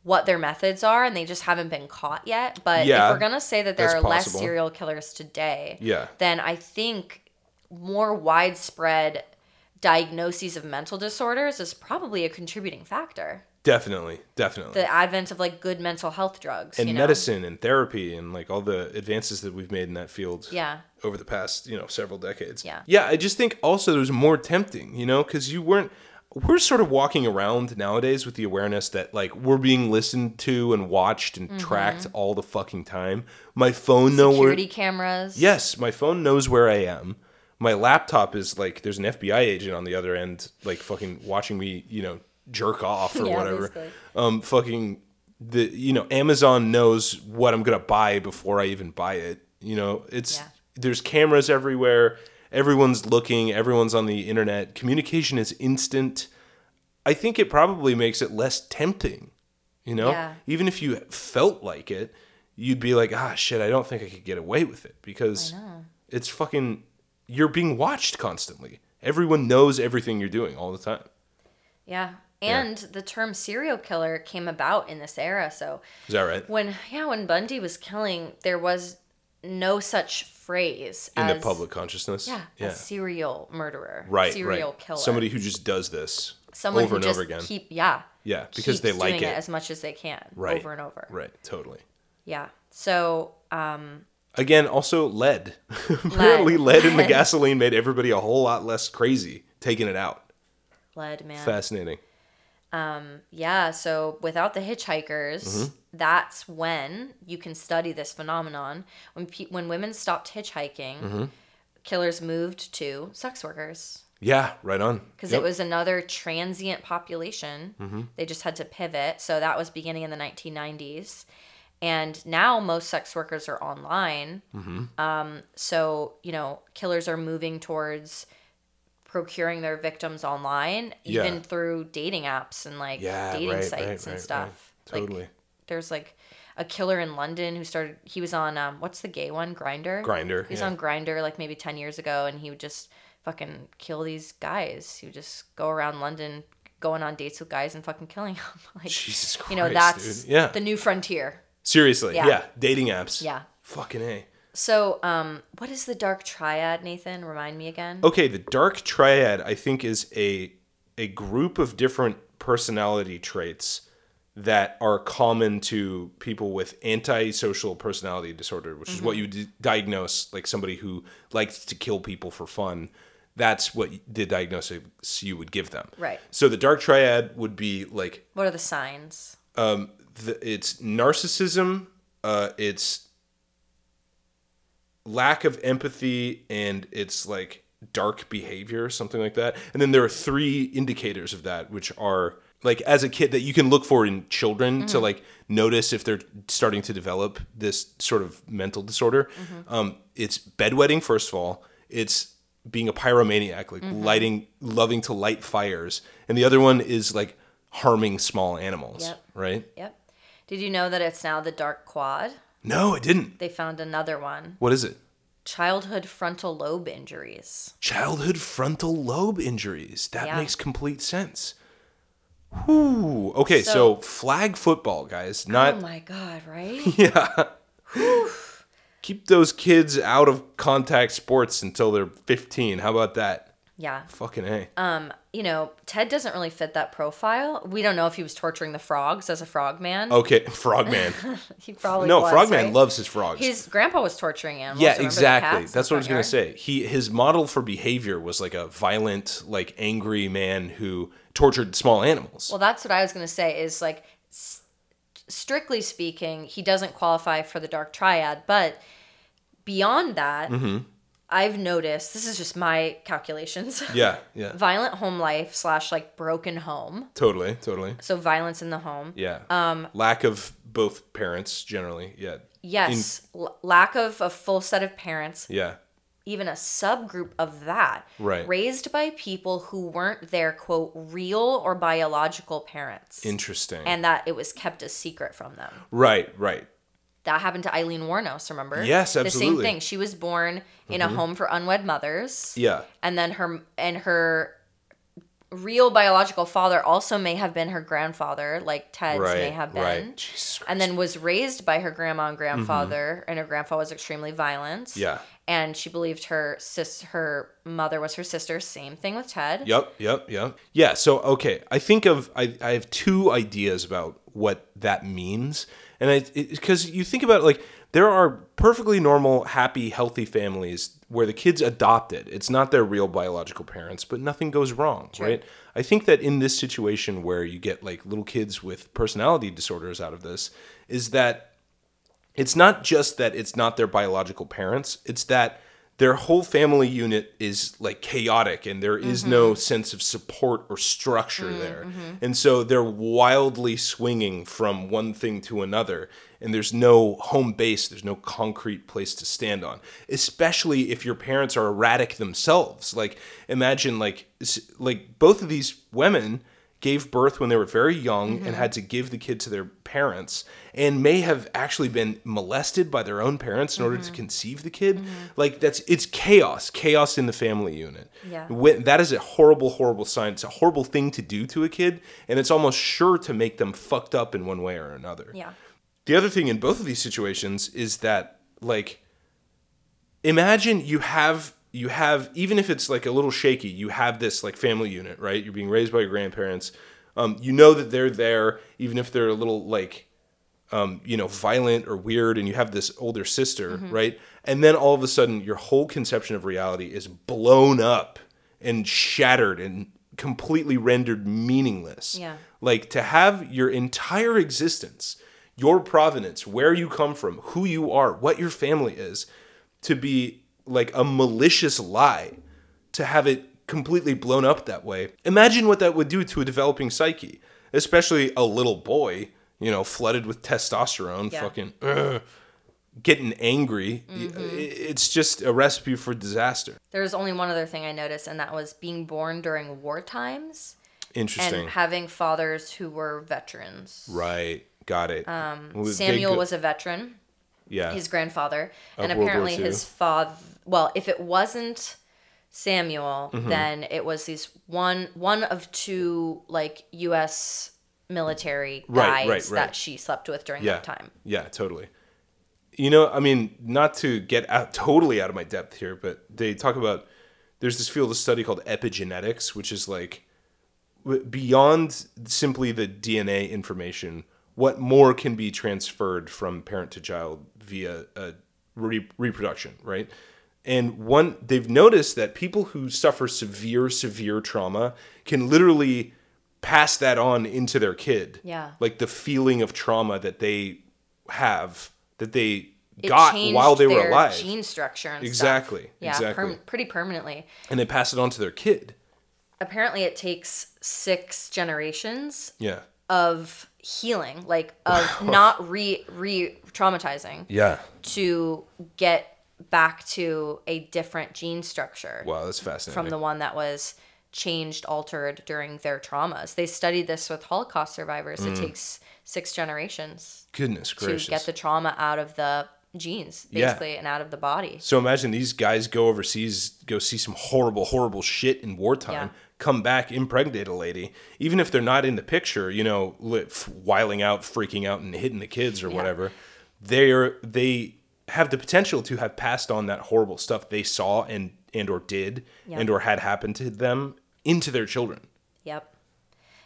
what their methods are and they just haven't been caught yet. But
Yeah,
if we're going to say that there are
that's
less
possible.
serial killers today,
Yeah.
then I think more widespread diagnoses of mental disorders is probably a contributing factor.
Definitely. Definitely.
The advent of like good mental health drugs
and
you know?
medicine and therapy and like all the advances that we've made in that field.
Yeah.
over the past you know several decades
Yeah.
yeah i just think also there's more tempting you know because you weren't we're sort of walking around nowadays with the awareness that like we're being listened to and watched and tracked all the fucking time my phone knows where
Mm-hmm. Security cameras.
yes my phone knows where i am my laptop is like there's an fbi agent on the other end like fucking watching me you know jerk off or
Yeah,
whatever.
basically.
Um, fucking the you know Amazon knows what I'm gonna buy before I even buy it. You know, it's
Yeah.
there's cameras everywhere. Everyone's looking. Everyone's on the internet. Communication is instant. I think it probably makes it less tempting. You know,
Yeah.
even if you felt like it, you'd be like, ah, shit, I don't think I could get away with it because it's fucking, you're being watched constantly. Everyone knows everything you're doing all the time.
Yeah. And the term serial killer came about in this era. So
Is that right?
when yeah, when Bundy was killing, there was no such phrase
In
as
the public consciousness?
Yeah, a serial murderer.
Right,
Serial
right.
killer.
Somebody who just does this
Someone
over
who
and
just
over again.
keep yeah.
Yeah, because they
keeps
like
doing
it.
as much as they can.
Right.
Over and over.
right, totally.
Yeah. So um
Again, also lead. Apparently, lead in the gasoline made everybody a whole lot less crazy taking it out.
lead man.
Fascinating.
Yeah, so without the hitchhikers, that's when you can study this phenomenon. When pe- when women stopped hitchhiking, killers moved to sex workers
Yeah, right on.
because
Yep. Mm-hmm.
it was another transient population. They just had to pivot. So that was beginning in the 1990s. And now most sex workers are online.
Mm-hmm.
Um, so, you know, killers are moving towards procuring their victims online, even
Yeah.
through dating apps and like
yeah,
dating
right,
sites
right,
and
right,
stuff.
Right.
Like,
Totally.
there's like a killer in London who started. He was on um, what's the gay one? Grinder.
Grindr,
He was
yeah.
on Grinder like maybe ten years ago, and he would just fucking kill these guys. He would just go around London, going on dates with guys and fucking killing them. like
Jesus Christ.
you know, that's
dude. yeah.
the new frontier.
Seriously, yeah.
Yeah.
Dating apps.
Yeah.
Fucking A.
So, um, what is the dark triad, Nathan? Remind me again.
Okay, the dark triad I think is a a group of different personality traits that are common to people with antisocial personality disorder, which is what
Mm-hmm.
you d- diagnose like somebody who likes to kill people for fun. That's what y- the diagnosis you would give them.
Right.
So the dark triad would be like
What are the signs?
the, it's narcissism, uh, it's lack of empathy, and it's like dark behavior, something like that. And then there are three indicators of that, which are like as a kid that you can look for in children to like notice if they're starting to develop this sort of mental disorder. Um, it's bedwetting, first of all. It's being a pyromaniac, like lighting, loving to light fires. And the other one is like harming small animals,
Yep.
right?
Yep. Did you know that it's now the dark quad?
No, it didn't.
They found another one:
What is it?
childhood frontal lobe injuries.
Childhood frontal lobe injuries. That
Yeah.
makes complete sense. Whew. Okay, so,
So-
flag football, guys. Not
Oh my god, right?
keep those kids out of contact sports until they're 15. How about that?
yeah.
Fucking A.
Um. You know, Ted doesn't really fit that profile. We don't know if he was torturing the frogs as a frogman.
okay, Frogman.
he probably
Oh, no,
was,
Frogman
right?
loves his frogs.
His grandpa was torturing animals.
yeah,
Remember the
exactly.
cats in
That's
the
what I was going to
front yard?
say. He his model for behavior was like a violent, like angry man who tortured small animals.
Well, that's what I was going to say is like s- strictly speaking, he doesn't qualify for the dark triad, but beyond that,
Mm-hmm.
I've noticed this is just my calculations.
yeah, yeah.
Violent home life slash like broken home.
Totally, totally.
So violence in the home.
Yeah. Um lack of both parents generally. Yeah.
Yes. l- lack of a full set of parents.
Yeah.
even a subgroup of that
Right.
raised by people who weren't their quote real or biological parents
Interesting.
and that it was kept a secret from them
right, right.
that happened to eileen warnos remember
Yes,
the
absolutely. Mm-hmm.
same thing she was born in a home for unwed mothers
Yeah.
and then her and her real biological father also may have been her grandfather like ted's
Right.
may have been
Right. Jesus Christ.
and then was raised by her grandma and grandfather and her grandpa was extremely violent
Mm-hmm. Yeah.
and she believed her sis her mother was her sister same thing with ted
Yep, yep, yep. Yeah, so okay, I think of I, I have two ideas about what that means. And I because you think about it, like there are perfectly normal, happy, healthy families where the kids adopted. It's not their real biological parents, but nothing goes wrong, right? I think that in this situation where you get like little kids with personality disorders out of this is that it's not just that it's not their biological parents it's that their whole family unit is like chaotic and there is no sense of support or structure there. And so they're wildly swinging from one thing to another and there's no home base, there's no concrete place to stand on. Especially if your parents are erratic themselves. Like imagine like s- like both of these women gave birth when they were very young
Mm-hmm.
and had to give the kid to their parents and may have actually been molested by their own parents in order
Mm-hmm.
to conceive the kid like that's it's chaos chaos in the family unit
Yeah.
When- that is a horrible horrible sign it's a horrible thing to do to a kid and it's almost sure to make them fucked up in one way or another
Yeah.
the other thing in both of these situations is that like imagine you have you have even if it's like a little shaky you have this like family unit right you're being raised by your grandparents um, you know that they're there even if they're a little like um, you know violent or weird and you have this older sister right and then all of a sudden your whole conception of reality is blown up and shattered and completely rendered meaningless
Yeah.
like to have your entire existence, your provenance, where you come from, who you are, what your family is, to be like a malicious lie, to have it completely blown up that way. Imagine what that would do to a developing psyche, especially a little boy, you know, flooded with testosterone,
Yeah. Mm-hmm.
fucking "Ugh," getting angry. It- It's just a recipe for disaster.
There was only one other thing I noticed, and that was being born during war times
Interesting.
and having fathers who were veterans.
right. Got it. Um,
Samuel was a veteran,
yeah.
his grandfather, and
Uh, World War
apparently
II.
his father. Well, if it wasn't Samuel,
Mm-hmm.
then it was these one one of two like U.S. military
Right,
guys
right, right.
that she slept with during
yeah.
that time.
Yeah, totally. You know, I mean, not to get out totally out of my depth here, but they talk about there's this field of study called epigenetics, which is like w- beyond simply the DNA information, what more can be transferred from parent to child via a re- reproduction, right? And one, they've noticed that people who suffer severe, severe trauma can literally pass that on into their kid.
Yeah.
Like the feeling of trauma that they have, that they
It
got
changed
while they were
their
alive.
gene structure and stuff.
Exactly,
Yeah,
exactly.
perm- pretty permanently.
And they pass it on to their kid.
apparently it takes six generations
Yeah.
of healing like of not re re traumatizing
Yeah.
to get back to a different gene structure
Wow, that's fascinating.
from the one that was changed altered during their traumas they studied this with holocaust survivors it takes six generations
Goodness
to
Mm. gracious.
get the trauma out of the genes
Yeah.
basically and out of the body
So imagine these guys go overseas, go see some horrible, horrible shit in wartime,
Yeah.
come back, impregnate a lady, even if they're not in the picture, you know, li- f- whiling out, freaking out, and hitting the kids or whatever. They're they have the potential to have passed on that horrible stuff they saw and and or did
Yeah.
and or had happened to them into their children.
Yep.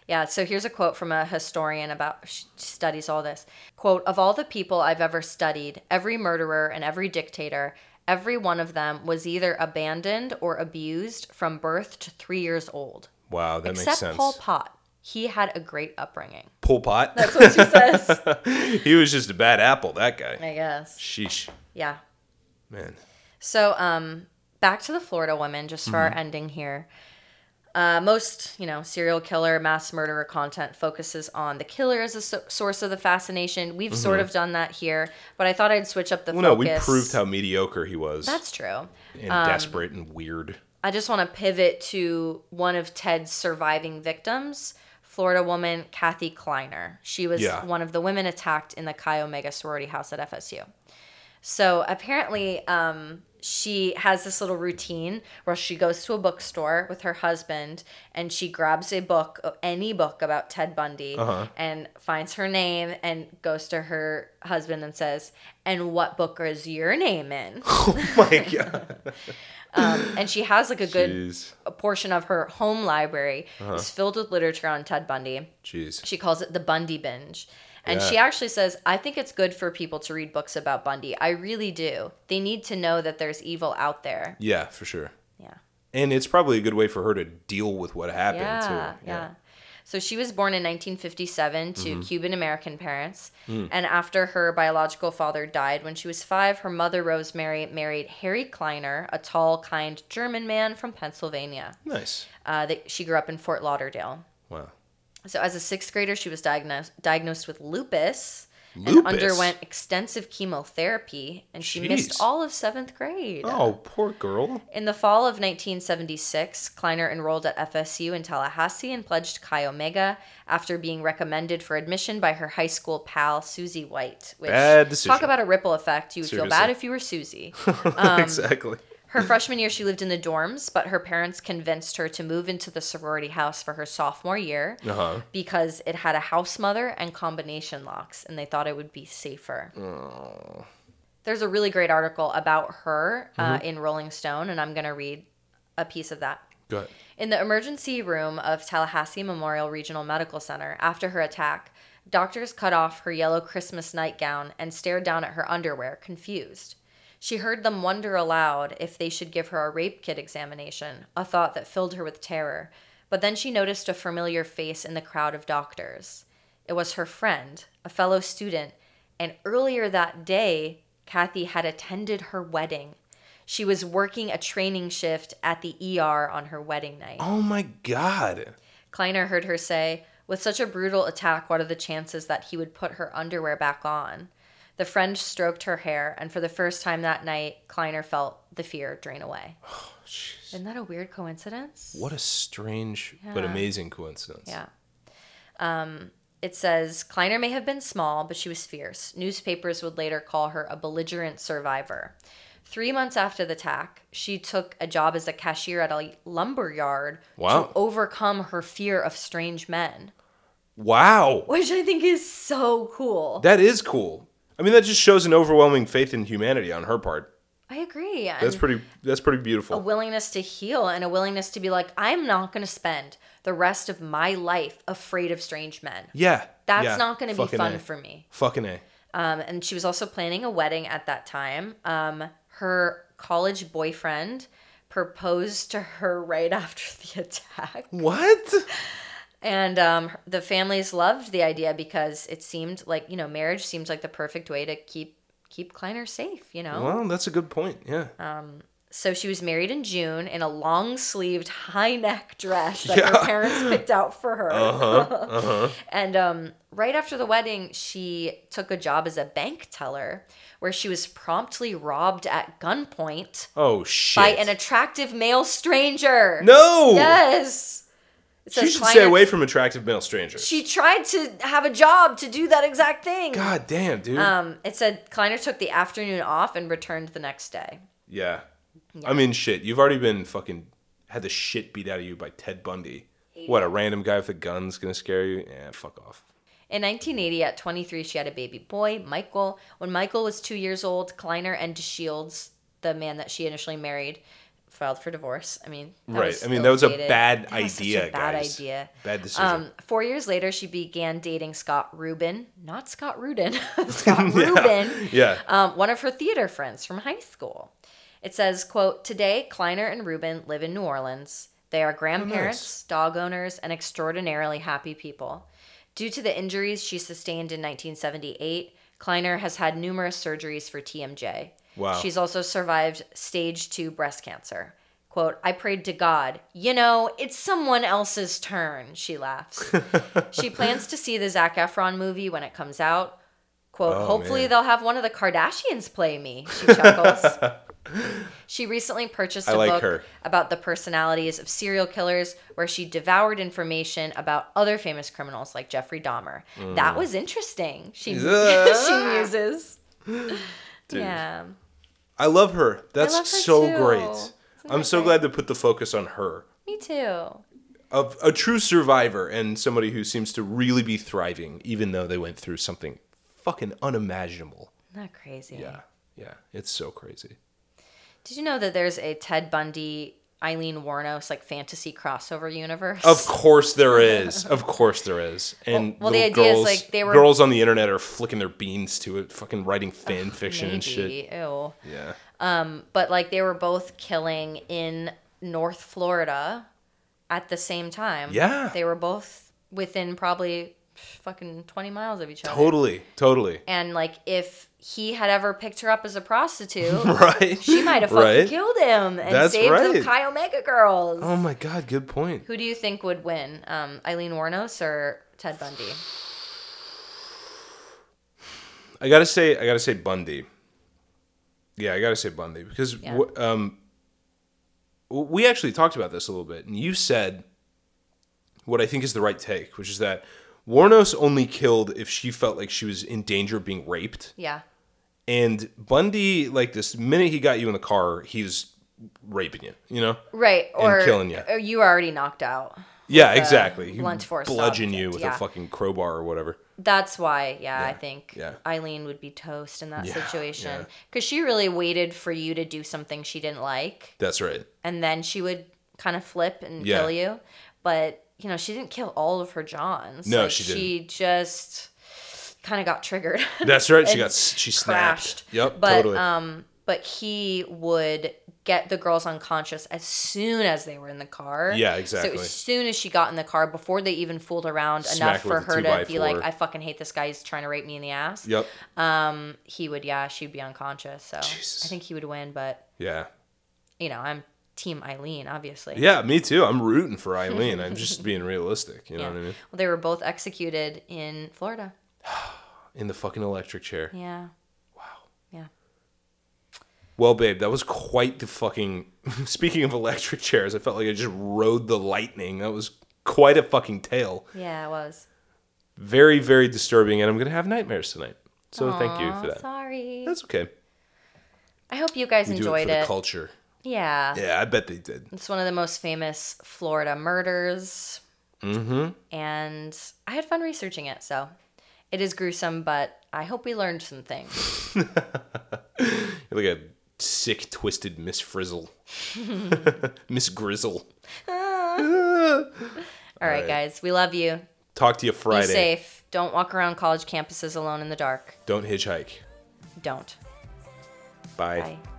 Yeah, so here's a quote from a historian about she studies all this. Quote, of all the people I've ever studied, every murderer and every dictator, every one of them was either abandoned or abused from birth to 3 years old.
Wow, that makes
Except
sense.
Pol
Pol,
Pot. He had a great upbringing.
Pot,
That's what she says.
he was just a bad apple. That guy.
I guess.
Sheesh,
Yeah.
man.
So, um, back to the Florida woman, just for
Mm-hmm.
our ending here. Uh, most, you know, serial killer, mass murderer content focuses on the killer as a so- source of the fascination. We've sort of done that here, but I thought I'd switch up the
Mm-hmm. Well, no, we
focus.
proved how mediocre he was
That's true.
and
Um,
desperate and weird.
I just want to pivot to one of Ted's surviving victims, Florida woman Kathy Kleiner. She was
Yeah.
one of the women attacked in the Chi Omega sorority house at FSU. So apparently, um, she has this little routine where she goes to a bookstore with her husband and she grabs a book, uh, any book about Ted Bundy, and finds her name and goes to her husband and says, And what book is your name in?
my god.
and she has like a good
Jeez.
a portion of her home library
Uh-huh.
is filled with literature on Ted Bundy.
Jeez.
She calls it the Bundy binge. And
Yeah.
she actually says, I think it's good for people to read books about Bundy. I really do. They need to know that there's evil out there.
Yeah, for sure.
Yeah.
And it's probably a good way for her to deal with what happened
Yeah.
too.
Yeah. So she was born in 1957 to
Mm-hmm.
Cuban American parents.
Hmm.
And after her biological father died when she was five, her mother, Rosemary, married Harry Kleiner, a tall, kind German man from Pennsylvania.
Nice.
Uh, that she grew up in Fort Lauderdale.
Wow.
So, as a sixth grader, she was diagnosed diagnosed with lupus, and
Lupus?
underwent extensive chemotherapy, and she
Jeez.
missed all of seventh grade.
Oh, poor girl.
In the fall of 1976, Kleiner enrolled at FSU in Tallahassee and pledged Chi Omega after being recommended for admission by her high school pal Susie White. Which,
Bad decision.
Talk about a ripple effect. You would feel
Seriously.
bad if you were Susie. Um,
exactly.
Her freshman year, she lived in the dorms, but her parents convinced her to move into the sorority house for her sophomore year
Uh-huh.
because it had a house mother and combination locks, and they thought it would be safer. There's a really great article about her uh, in Rolling Stone, and I'm going to read a piece of that.
Go ahead.
In the emergency room of Tallahassee Memorial Regional Medical Center after her attack, doctors cut off her yellow Christmas nightgown and stared down at her underwear, confused. She heard them wonder aloud if they should give her a rape kit examination, a thought that filled her with terror. But then she noticed a familiar face in the crowd of doctors. It was her friend, a fellow student, and earlier that day, Kathy had attended her wedding. She was working a training shift at the ER on her wedding night.
Oh my god.
Kleiner heard her say, With such a brutal attack, what are the chances that he would put her underwear back on? The friend stroked her hair, and for the first time that night, Kleiner felt the fear drain away.
Jeez.
Isn't that a weird coincidence?
What a strange but
Yeah.
amazing coincidence.
Yeah. Um, it says Kleiner may have been small, but she was fierce. Newspapers would later call her a belligerent survivor. Three months after the attack, she took a job as a cashier at a lumber yard
Wow.
to overcome her fear of strange men,
Wow.
which I think is so cool.
That is cool. I mean, that just shows an overwhelming faith in humanity on her part.
I agree. And Oh,
That's pretty. That's pretty
a
beautiful.
willingness to heal and a willingness to be like, I'm not going to spend the rest of my life afraid of strange men.
yeah.
That's
yeah.
not going to be
Fucking
fun
A.
for me.
Fucking a.
Um, and she was also planning a wedding at that time. Um, her college boyfriend proposed to her right after the attack.
What?
And um, the families loved the idea because it seemed like, you know, marriage seems like the perfect way to keep keep Kleiner safe, you know?
Well, that's a good point. Yeah.
Uh, So she was married in June in a long sleeved, high neck dress that
Yeah. Uh-huh,
her parents picked out for her. and um, right after the wedding, she took a job as a bank teller where she was promptly robbed at gunpoint
oh shit.
by an attractive male stranger.
no.
Yes. It
She
says
should stay
Kleiner-
away from attractive male strangers.
She tried to have a job to do that exact thing.
God damn, dude.
Um, it said Kleiner took the afternoon off and returned the next day.
yeah. I mean, shit. You've already been fucking had the shit beat out of you by Ted Bundy. What a random guy with a gun's gonna scare you? Yeah, fuck off.
In 1980, at 23, she had a baby boy, Michael. When Michael was two years old, Kleiner and Shields, the man that she initially married, filed for divorce. I mean, that
right.
was
I mean, that was a
ill-fated.
bad
That was such
idea,
a bad
guys.
idea.
Bad decision.
Um, four years later, she began dating Scott Rubin, not Scott Rudin, Scott Rubin,
yeah.
um, one of her theater friends from high school. It says, "quote Today, Kleiner and Rubin live in New Orleans. They
Oh,
are grandparents, dog owners, and extraordinarily happy people. Due to the injuries she sustained in 1978, Kleiner has had numerous surgeries for TMJ.
Wow.
She's also survived stage two breast cancer." Quote, I prayed to God, you know, it's someone else's turn, she laughs. she plans to see the Zac Efron movie when it comes out. Quote,
Oh,
hopefully
man.
they'll have one of the Kardashians play me, she chuckles. she recently purchased
I
a
like
book
her.
about the personalities of serial killers where she devoured information about other famous criminals like Jeffrey Dahmer.
Mm.
That was interesting, she, she muses.
Dude.
Yeah.
I love her. That's
love her
so
too.
great.
Isn't
I'm
that
so
great?
glad to put the focus on her.
Me too.
A, a true survivor and somebody who seems to really be thriving, even though they went through something fucking unimaginable.
Not crazy.
Yeah. Yeah. It's so crazy.
Did you know that there's a Ted Bundy, Eileen Warnos like fantasy crossover universe?
Of course there is. Of course there is. And
well, the
little
idea is,
girls,
like, they were-
girls on the internet are flicking their beans to it, fucking writing fan fiction and shit.
Maybe, Ew.
Yeah.
But like they were both killing in North Florida at the same time.
Yeah.
They were both within probably fucking 20 miles of each other.
Totally, totally.
And like if he had ever picked her up as a prostitute,
Right.
she might have fucking
Right?
killed him and
That's
saved the
right.
Chi Omega girls.
Oh my god, good point.
Who do you think would win, um, Eileen Warnos or Ted Bundy?
I gotta say, I gotta say Bundy. Yeah, I gotta say Bundy because
Yeah.
wh- um, w- we actually talked about this a little bit, and you said what I think is the right take, which is that Warnos only killed if she felt like she was in danger of being raped,
Yeah,
and Bundy, like this minute he got you in the car, he was raping you. You know?
right.
And
Or
killing ya.
Or you were already knocked out.
Yeah,
a
exactly. He
blunt force
bludgeon you
object,
with
yeah.
a fucking crowbar or whatever.
That's why, yeah, I think
yeah.
Eileen would be toast in that
Yeah,
situation
yeah.
because she really waited for you to do something she didn't like,
That's right.
and then she would kind of flip and
Yeah.
kill you. But you know, she didn't kill all of her Johns.
No, she didn't.
She just kind of got triggered.
That's right. She
And
got s- she snapped.
crashed.
Yep.
But
totally.
um, but he would get the girls unconscious as soon as they were in the car.
Yeah,
So
exactly.
as soon as she got in the car, before they even fooled around
Smack
enough
her
for
with a
her to be like,
2x4.
"I fucking hate this guy. He's trying to rape me in the ass."
yep.
Um, he would, yeah, she'd be unconscious. So
Jesus.
I think he would win, but
Yeah.
you know, I'm team Eileen, obviously.
Yeah, me too. I'm rooting for Eileen. I'm just being realistic. You know
Yeah.
what I mean?
Well, they were both executed in Florida.
In the fucking electric chair.
Yeah.
Wow.
Yeah.
Well, babe, that was quite the fucking. Speaking of electric chairs, I felt like I just rode the lightning. That was quite a fucking tale.
Yeah, it was.
Very, very disturbing, and I'm gonna have nightmares tonight. So thank you
Aw,
for that.
Sorry.
That's okay.
I hope you guys
We do it for
enjoyed
the
it.
culture.
Yeah.
Yeah, I bet they did.
It's one of the most famous Florida murders. Mm-hmm. And I had fun researching it, so it is gruesome, but I hope we learned some things.
You're like a sick, twisted Miss Frizzle, Miss Grizzle.
All right,
right.
guys. We love you.
Talk to you
Be
Friday.
safe. Don't walk around college campuses alone in the dark.
Don't hitchhike.
Don't.
Bye.
Bye.